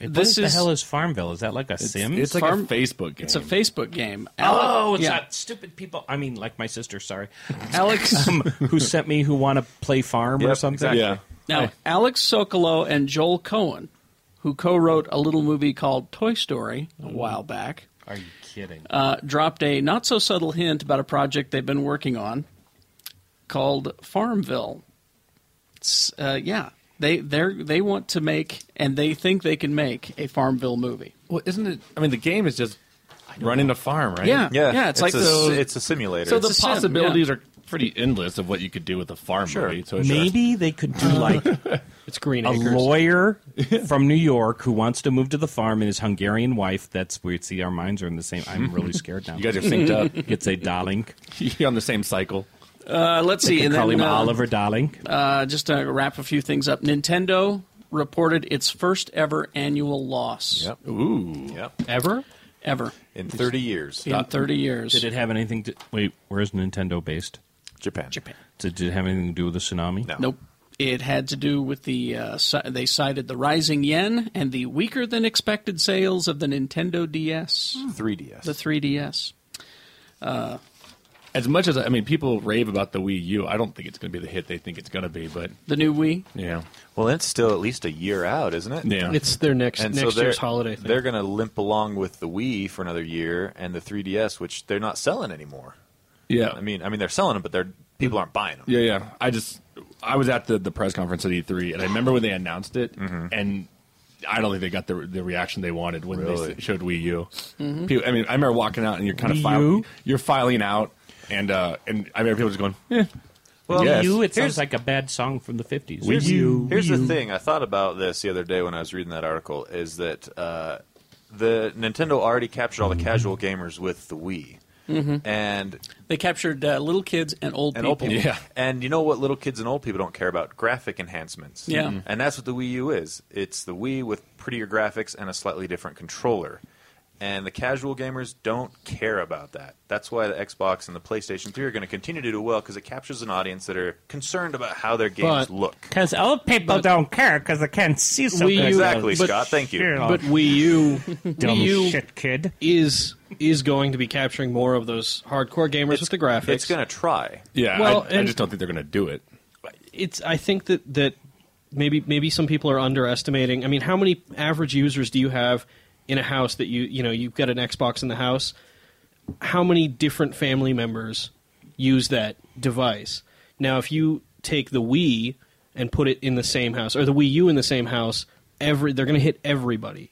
What the hell is Farmville? Is that like a Sims? Farm- Facebook game. It's a Facebook game. Oh, it's yeah. not stupid people. I mean, like my sister. Sorry, Alex, um, who sent me who want to play farm or Yep, something. exactly. Yeah. Now, Alex Sokolow and Joel Cohen, who co-wrote a little movie called Toy Story a Mm-hmm. while back, Are you kidding? uh, dropped a not so subtle hint about a project they've been working on called Farmville. It's, uh, yeah, they they they want to make and they think they can make a Farmville movie. Well, isn't it? I mean, the game is just running a farm, right? Yeah. Yeah. Yeah, it's It's like a- the- it's a simulator. So It's the a sim, possibilities yeah. are pretty endless of what you could do with a farm movie. So it's Maybe they could do like It's Green a Acres. lawyer from New York who wants to move to the farm and his Hungarian wife. That's where see our minds are in the same. I'm really scared now. You guys are synced up. It's a darling. You're on the same cycle. Uh, let's They see. could and call then, him uh, Oliver Darling. Uh, just to wrap a few things up, Nintendo reported its first ever annual loss. Yep. Ooh. Yep. Ever? Ever. In 30 years. In 30 years. Did it have anything to? Wait, where is Nintendo based? Japan. Japan. Did, did it have anything to do with the tsunami? No. Nope. It had to do with the uh, si- they cited the rising yen and the weaker than expected Hmm. sales of the Nintendo DS, 3DS. the 3DS. Uh, as much as I mean, people rave about the Wii U. I don't think it's going to be the hit they think it's going to be, but The new Wii. yeah. Well, it's still at least a year out, isn't it? Yeah. It's their next- and next so they're- year's holiday thing. They're going to limp along with the Wii for another year and the 3DS, which they're not selling anymore. Yeah. I mean, I mean they're selling them, but they're people aren't buying them. Yeah, yeah. I just I was at the, the press conference at E3, and I remember when they announced it, Mm-hmm. and I don't think they got the the reaction they wanted when Really? they showed Wii U. Mhm. People, I mean, I remember walking out, and you're kind Wii of U? filing, you're filing out, and uh, and I remember people just going, eh. Well, Yes. you, it Here's- sounds like a bad song from the 50s. Here's, you, here's the thing. I thought about this the other day when I was reading that article. Is that uh, the Nintendo already captured all the casual gamers with the Wii, Mm-hmm. Mhm. and They captured uh, little kids and old and people. old people. And you know what? Little kids and old people don't care about graphic enhancements. Yeah. Mm-hmm. Mhm. And that's what the Wii U is. It's the Wii with prettier graphics and a slightly different controller. And the casual gamers don't care about that. That's why the Xbox and the PlayStation 3 are going to continue to do well because it captures an audience that are concerned about how their games But- look. Because old people don't care because they can't see something. Wii U- Exactly, but- Scott. Thank you. But Wii U, Dumb Wii U shit, kid, is is going to be capturing more of those hardcore gamers with the graphics. It's going to try. Yeah, Well, I, I and- just don't think they're going to do it. it's I think that that maybe maybe some people are underestimating. I mean, how many average users do you have in a house that you you know you've got an Xbox in the house? How many different family members use that device? Now, if you take the Wii and put it in the same house or the Wii U in the same house, every they're going to hit everybody.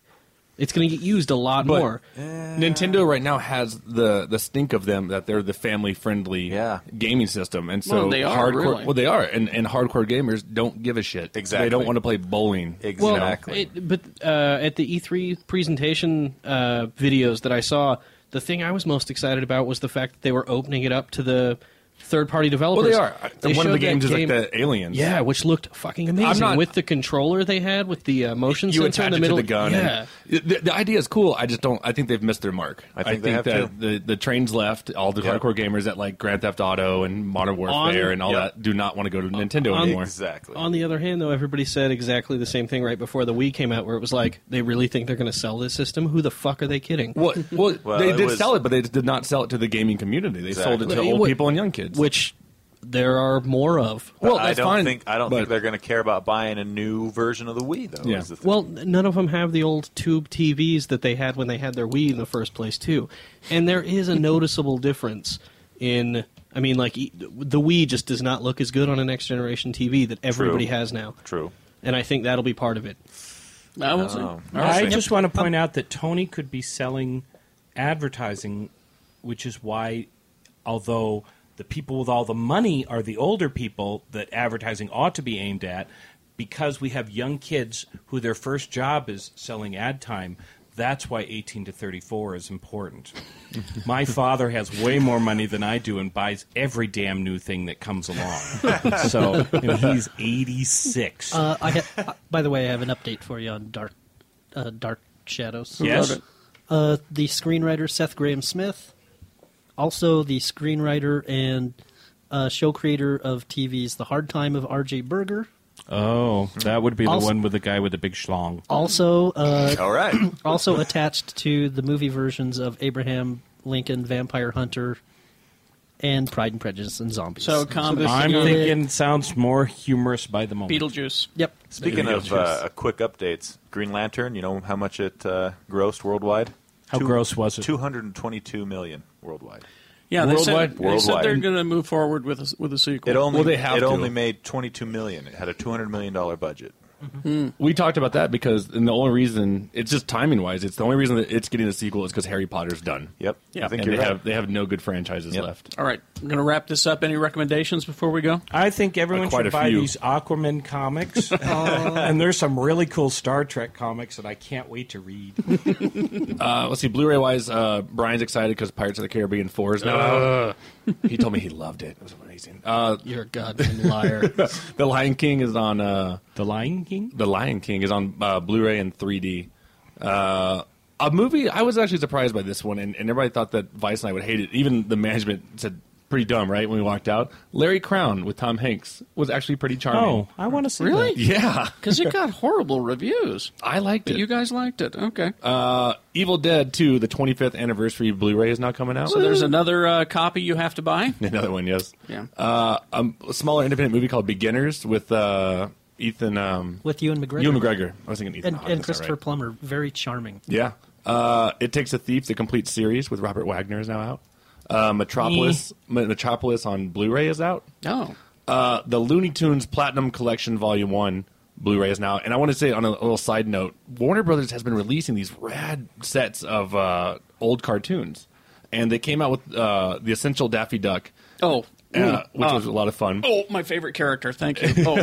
It's going to get used a lot But more. Nintendo right now has the the stink of them that they're the family friendly gaming system, and so Well, they are, hardcore. really. Well, they are, and, and hardcore gamers don't give a shit. Exactly, they don't want to play bowling. Well, it, but uh, at the E3 presentation uh, videos that I saw, the thing I was most excited about was the fact that they were opening it up to the third-party Well, developers. they are. They one of the showed that games is game- like the aliens. Yeah, which looked fucking amazing not- with the controller they had with the uh, motion you sensor attach in the it middle. to the gun. Yeah, and- the, the idea is cool. I just don't. I think they've missed their mark. I think they have that the the trains left. All the hardcore gamers that like Grand Theft Auto and Modern Warfare On- and all yeah. that do not want to go to Nintendo on- anymore. Exactly. On the other hand, though, everybody said exactly the same thing right before the Wii came out, where it was like, they really think they're going to sell this system? Who the fuck are they kidding? Well, well, they it did was- sell it, but they did not sell it to the gaming community. They sold it to Exactly. old Wh- people and young kids, which there are more of. But I don't think I don't think they're going to care about buying a new version of the Wii though. is the thing. Well, n- none of them have the old tube TVs that they had when they had their Wii in the first place, too. And there is a noticeable difference in. I mean, like e- the Wii just does not look as good on a next generation TV that everybody has now. True. And I think that'll be part of it. I will see. I just want to point out that Tony could be selling advertising, which is why, although the people with all the money are the older people that advertising ought to be aimed at, because we have young kids who their first job is selling ad time. That's why 18 to 34 is important. My father has way more money than I do and buys every damn new thing that comes along. so, and he's 86. Uh, I ha- by the way, I have an update for you on Dark uh, Dark Shadows. Yes. Love it. Uh, the screenwriter Seth Graham Smith, also the screenwriter and uh, show creator of TV's The Hard Time of R.J. Berger. Oh, that would be the Also- one with the guy with the big schlong. Also, uh, All right. also attached to the movie versions of Abraham Lincoln, Vampire Hunter, and Pride and Prejudice and Zombies. So, comedy- I'm Beetlejuice. thinking sounds more humorous by the moment. Beetlejuice. Yep. Speaking of uh, quick updates, Green Lantern, you know how much it uh, grossed worldwide? How gross was it? 222 million worldwide. Yeah, they said, worldwide. they said they're going to move forward with a, s- with a sequel. it only it only made 22 million. It had a 200 million dollar budget. We talked about that because, and the only reason it's just timing wise, it's the only reason that it's getting a sequel is because Harry Potter's done. Yep. Yeah. I think and you're they right. have they have no good franchises left. All right, I'm going to wrap this up. Any recommendations before we go? I think everyone Quite a should buy few. these Aquaman comics, and there's some really cool Star Trek comics that I can't wait to read. Uh, let's see, Blu-ray wise, uh, Brian's excited because Pirates of the Caribbean Four is now out. He told me he loved it. It was amazing. Uh, You're a goddamn liar. the Lion King is on. Uh, the Lion King. The Lion King is on uh, Blu-ray and 3D. Uh, a movie I was actually surprised by this one, and, and everybody thought that Vice and I would hate it. Even the management said pretty dumb, right? When we walked out, Larry Crown with Tom Hanks was actually pretty charming. Oh, I want to see Really? that. Yeah. Because it got horrible reviews. I liked But you guys liked it. Okay. Uh, Evil Dead 2, the 25th anniversary Blu-ray is now coming out. So there's another uh, copy you have to buy? another one, yes. Yeah. Uh, um, a smaller independent movie called Beginners with uh, Ethan. Um, With Ewan McGregor. Ewan McGregor. I was thinking Ethan. and, Hawke, and that's not Christopher right. Plummer, very charming. Yeah. Uh, it takes a thief, the complete series with Robert Wagner is now out. Uh, Metropolis, Metropolis on Blu-ray is out. No. Uh, the Looney Tunes Platinum Collection Volume One Blu-ray is now. And I want to say on a little side note, Warner Brothers has been releasing these rad sets of uh, old cartoons, and they came out with uh, the Essential Daffy Duck, Oh. uh, mm, which uh, was a lot of fun. Oh, my favorite character. Thank you. Oh,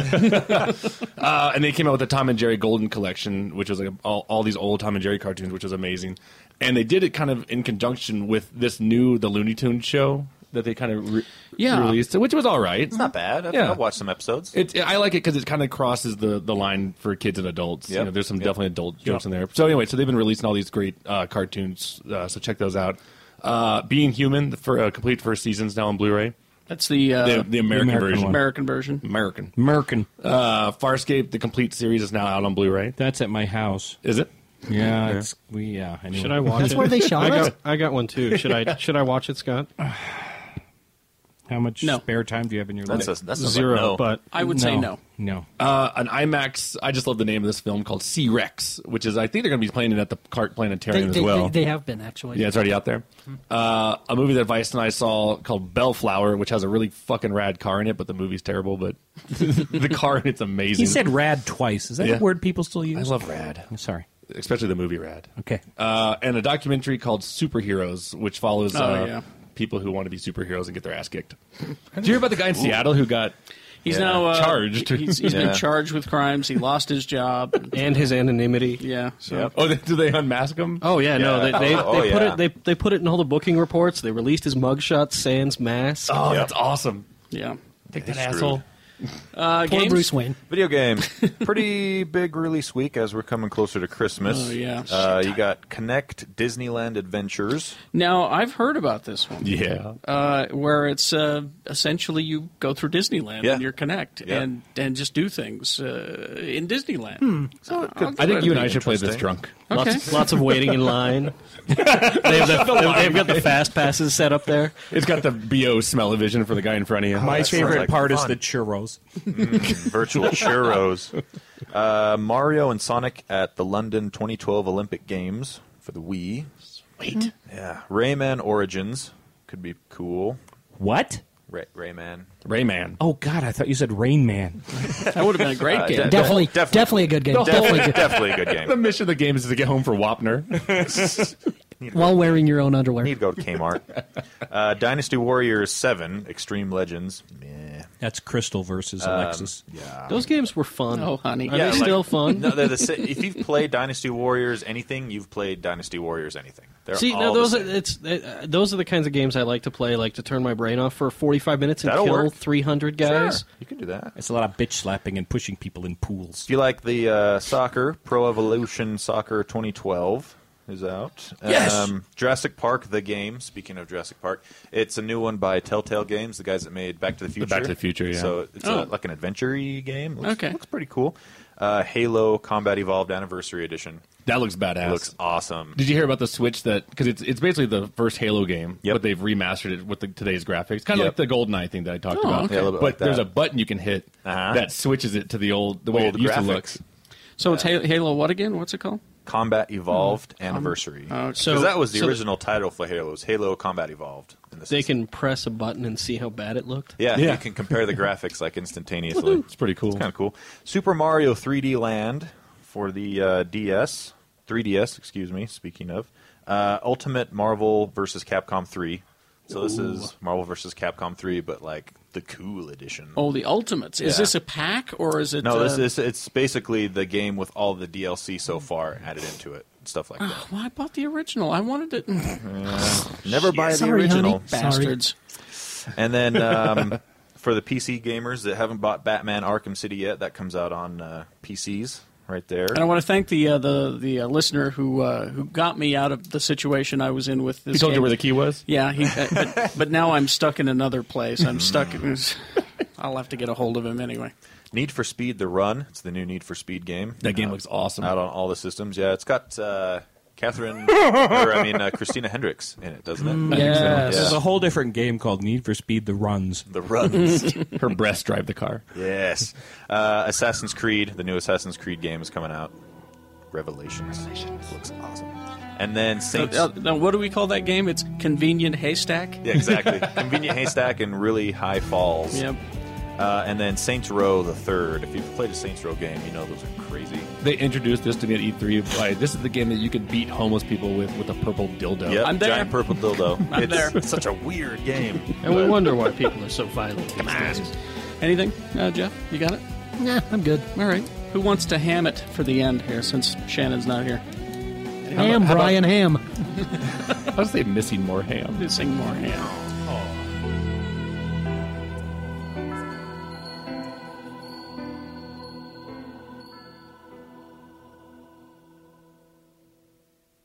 Uh, and they came out with the Tom and Jerry Golden Collection, which was like all, all these old Tom and Jerry cartoons, which was amazing. And they did it kind of in conjunction with this new the Looney Tunes show that they kind of re- Yeah. released, which was all right. It's not bad. I've, Yeah. I've watched some episodes. It's, I like it because it kind of crosses the, the line for kids and adults. You Yep. know, there's some Yep. definitely adult jokes in there. So anyway, so they've been releasing all these great uh, cartoons. Uh, so check those out. Uh, Being Human, the fir- uh, complete first season's now on Blu-ray. that's the, uh, The, the American, American version. one. American version. American. Merkin. Uh, Farscape, the complete series, is now out on Bluray. That's at my house. Is it? Yeah, it's we. Yeah, anyway. Should I watch That's it? where they shot I us? Got, I got one too. Should I? Should I watch it, Scott? How much No. spare time do you have in your That's life? a, that's Zero, Like, no. but I would say no. No. Uh, an IMAX. I just love the name of this film called Sea Rex, which is I think they're going to be playing it at the Cart They, Planetarium they- as well. they- they have been actually. yeah, it's already out there. Uh, a movie that Vice and I saw called Bellflower, which has a really fucking rad car in it, but the movie's terrible. But the car in it's amazing. He said rad twice. Is that Yeah. a word people still use? "I love rad, I'm sorry. especially the movie Rad." Okay. Uh, and a documentary called Superheroes, which follows Oh, uh, yeah. people who want to be superheroes and get their ass kicked. Did you hear about the guy in Seattle who got? He's Yeah. now uh, Charged. he- He's, he's Yeah. been charged with crimes. He lost his job. and his anonymity. Yeah. So. Oh, they, do they unmask him? Oh yeah, no, they Yeah. they, Oh, they put yeah. it they they put it in all the booking reports. They released his mugshot, sans mask. oh that's awesome. Yeah. Take that asshole. Uh, Poor games? Bruce Wayne. Video games. Pretty big release week as we're coming closer to Christmas. Oh, yeah. Uh, you got Connect Disneyland Adventures. Now I've heard about this one. Yeah. uh, where it's uh, essentially you go through Disneyland Yeah. and you're Connect Yeah. and and just do things uh, in Disneyland. Uh, So I think you and I should play this drunk. Okay. Lots, lots of waiting in line. they have the, they've got the fast passes set up there. It's got the BO smell of vision for the guy in front of you. My that sounds favorite like part is fun. the churros. Virtual churros. Uh, Mario and Sonic at the London 2012 Olympic Games for the Wii. Wait. Yeah. Rayman Origins could be cool. What? Ray- Rayman. Rayman. Oh God, I thought you said Rain Man. that would have been a great Uh, game. de- Definitely, Definitely. definitely, a good game. Definitely, Definitely good. definitely a good The game. mission of the game is to get home for Wapner. While wearing your own underwear. Need to go to Kmart. Uh, Dynasty Warriors 7 Extreme Legends. Meh. That's Crystal versus Alexis. Those games were fun. Oh, honey. are Yeah, they like- still fun? No, they're the sa- if you've played Dynasty Warriors anything, you've played Dynasty Warriors anything. They're See, all now the those are, same. it's uh, those are the kinds of games I like to play, like to turn my brain off for 45 minutes and That'll kill work. 300 guys. Sure, you can do that. It's a lot of bitch slapping and pushing people in pools. If you like the uh, soccer, Pro Evolution Soccer 2012 is out. Um, Yes! Jurassic Park: The Game. Speaking of Jurassic Park, it's a new one by Telltale Games, the guys that made Back to the Future. Back to the Future, yeah. So it's Oh. a, like an adventure game. Looks, Okay. looks pretty cool. Uh, Halo Combat Evolved Anniversary Edition that looks badass. looks awesome. Did you hear about the Switch that because it's it's basically the first Halo game, Yep. but they've remastered it with the, today's graphics, kind of Yep. like the GoldenEye thing that I talked Oh, about. okay. Yeah, a little bit but like that. there's a button you can hit Uh-huh. that switches it to the old the way Old it used to look. graphics. So it's Halo, Halo what again? What's it called? Combat Evolved Anniversary. Oh, okay. So- Because that was the so- original title for Halo. Was Halo Combat Evolved. In the They system. can press a button and see how bad it looked. Yeah, Yeah. you can compare the graphics like instantaneously. It's pretty cool. It's kind of cool. Super Mario 3D Land for the uh, DS, 3DS, excuse me. Speaking of, uh, Ultimate Marvel versus Capcom 3. So this is Marvel versus Capcom 3, but like the cool edition. Oh, the Ultimates. Is Yeah. this a pack or is it? no, this uh, is it's basically the game with all the DLC so far added into it, stuff like that. Well, I bought the original. I wanted it. Never buy the Sorry, honey. original. Bastards. And then um, for the PC gamers that haven't bought Batman Arkham City yet, that comes out on uh, PCs right there. And I want to thank the uh, the the uh, listener who uh, who got me out of the situation I was in with this. He told you game. where the key was? Yeah, he, uh, but, but now I'm stuck in another place. I'm stuck. I'll have to get a hold of him anyway. Need for Speed: The Run. It's the new Need for Speed game. Uh, That game looks awesome. Out on all the systems. Yeah, it's got uh, Catherine, or I mean uh, Christina Hendricks in it, doesn't Mm, it? Yes. Yeah. There's a whole different game called Need for Speed: The Runs. The runs. Her breasts drive the car. yes. Uh, Assassin's Creed. The new Assassin's Creed game is coming out. Revelations. Looks awesome. And then Saints. Uh, now, what do we call that game? It's convenient haystack. Yeah, exactly. Convenient haystack and really high falls. Yep. Uh, and then Saints Row the third. If you've played a Saints Row game, you know those are crazy. They introduced this to me at E3. By, this is the game that you could beat homeless people with with a purple dildo. Yep, I'm there. Giant purple dildo. I'm it's there. such a weird game. And we wonder why people are so violent. Come Anything, uh, Jeff? You got it. Nah, I'm good. All right. Who wants to ham it for the end here, since Shannon's not here? Ham, Brian Ham. I was say missing more ham. Sing more ham.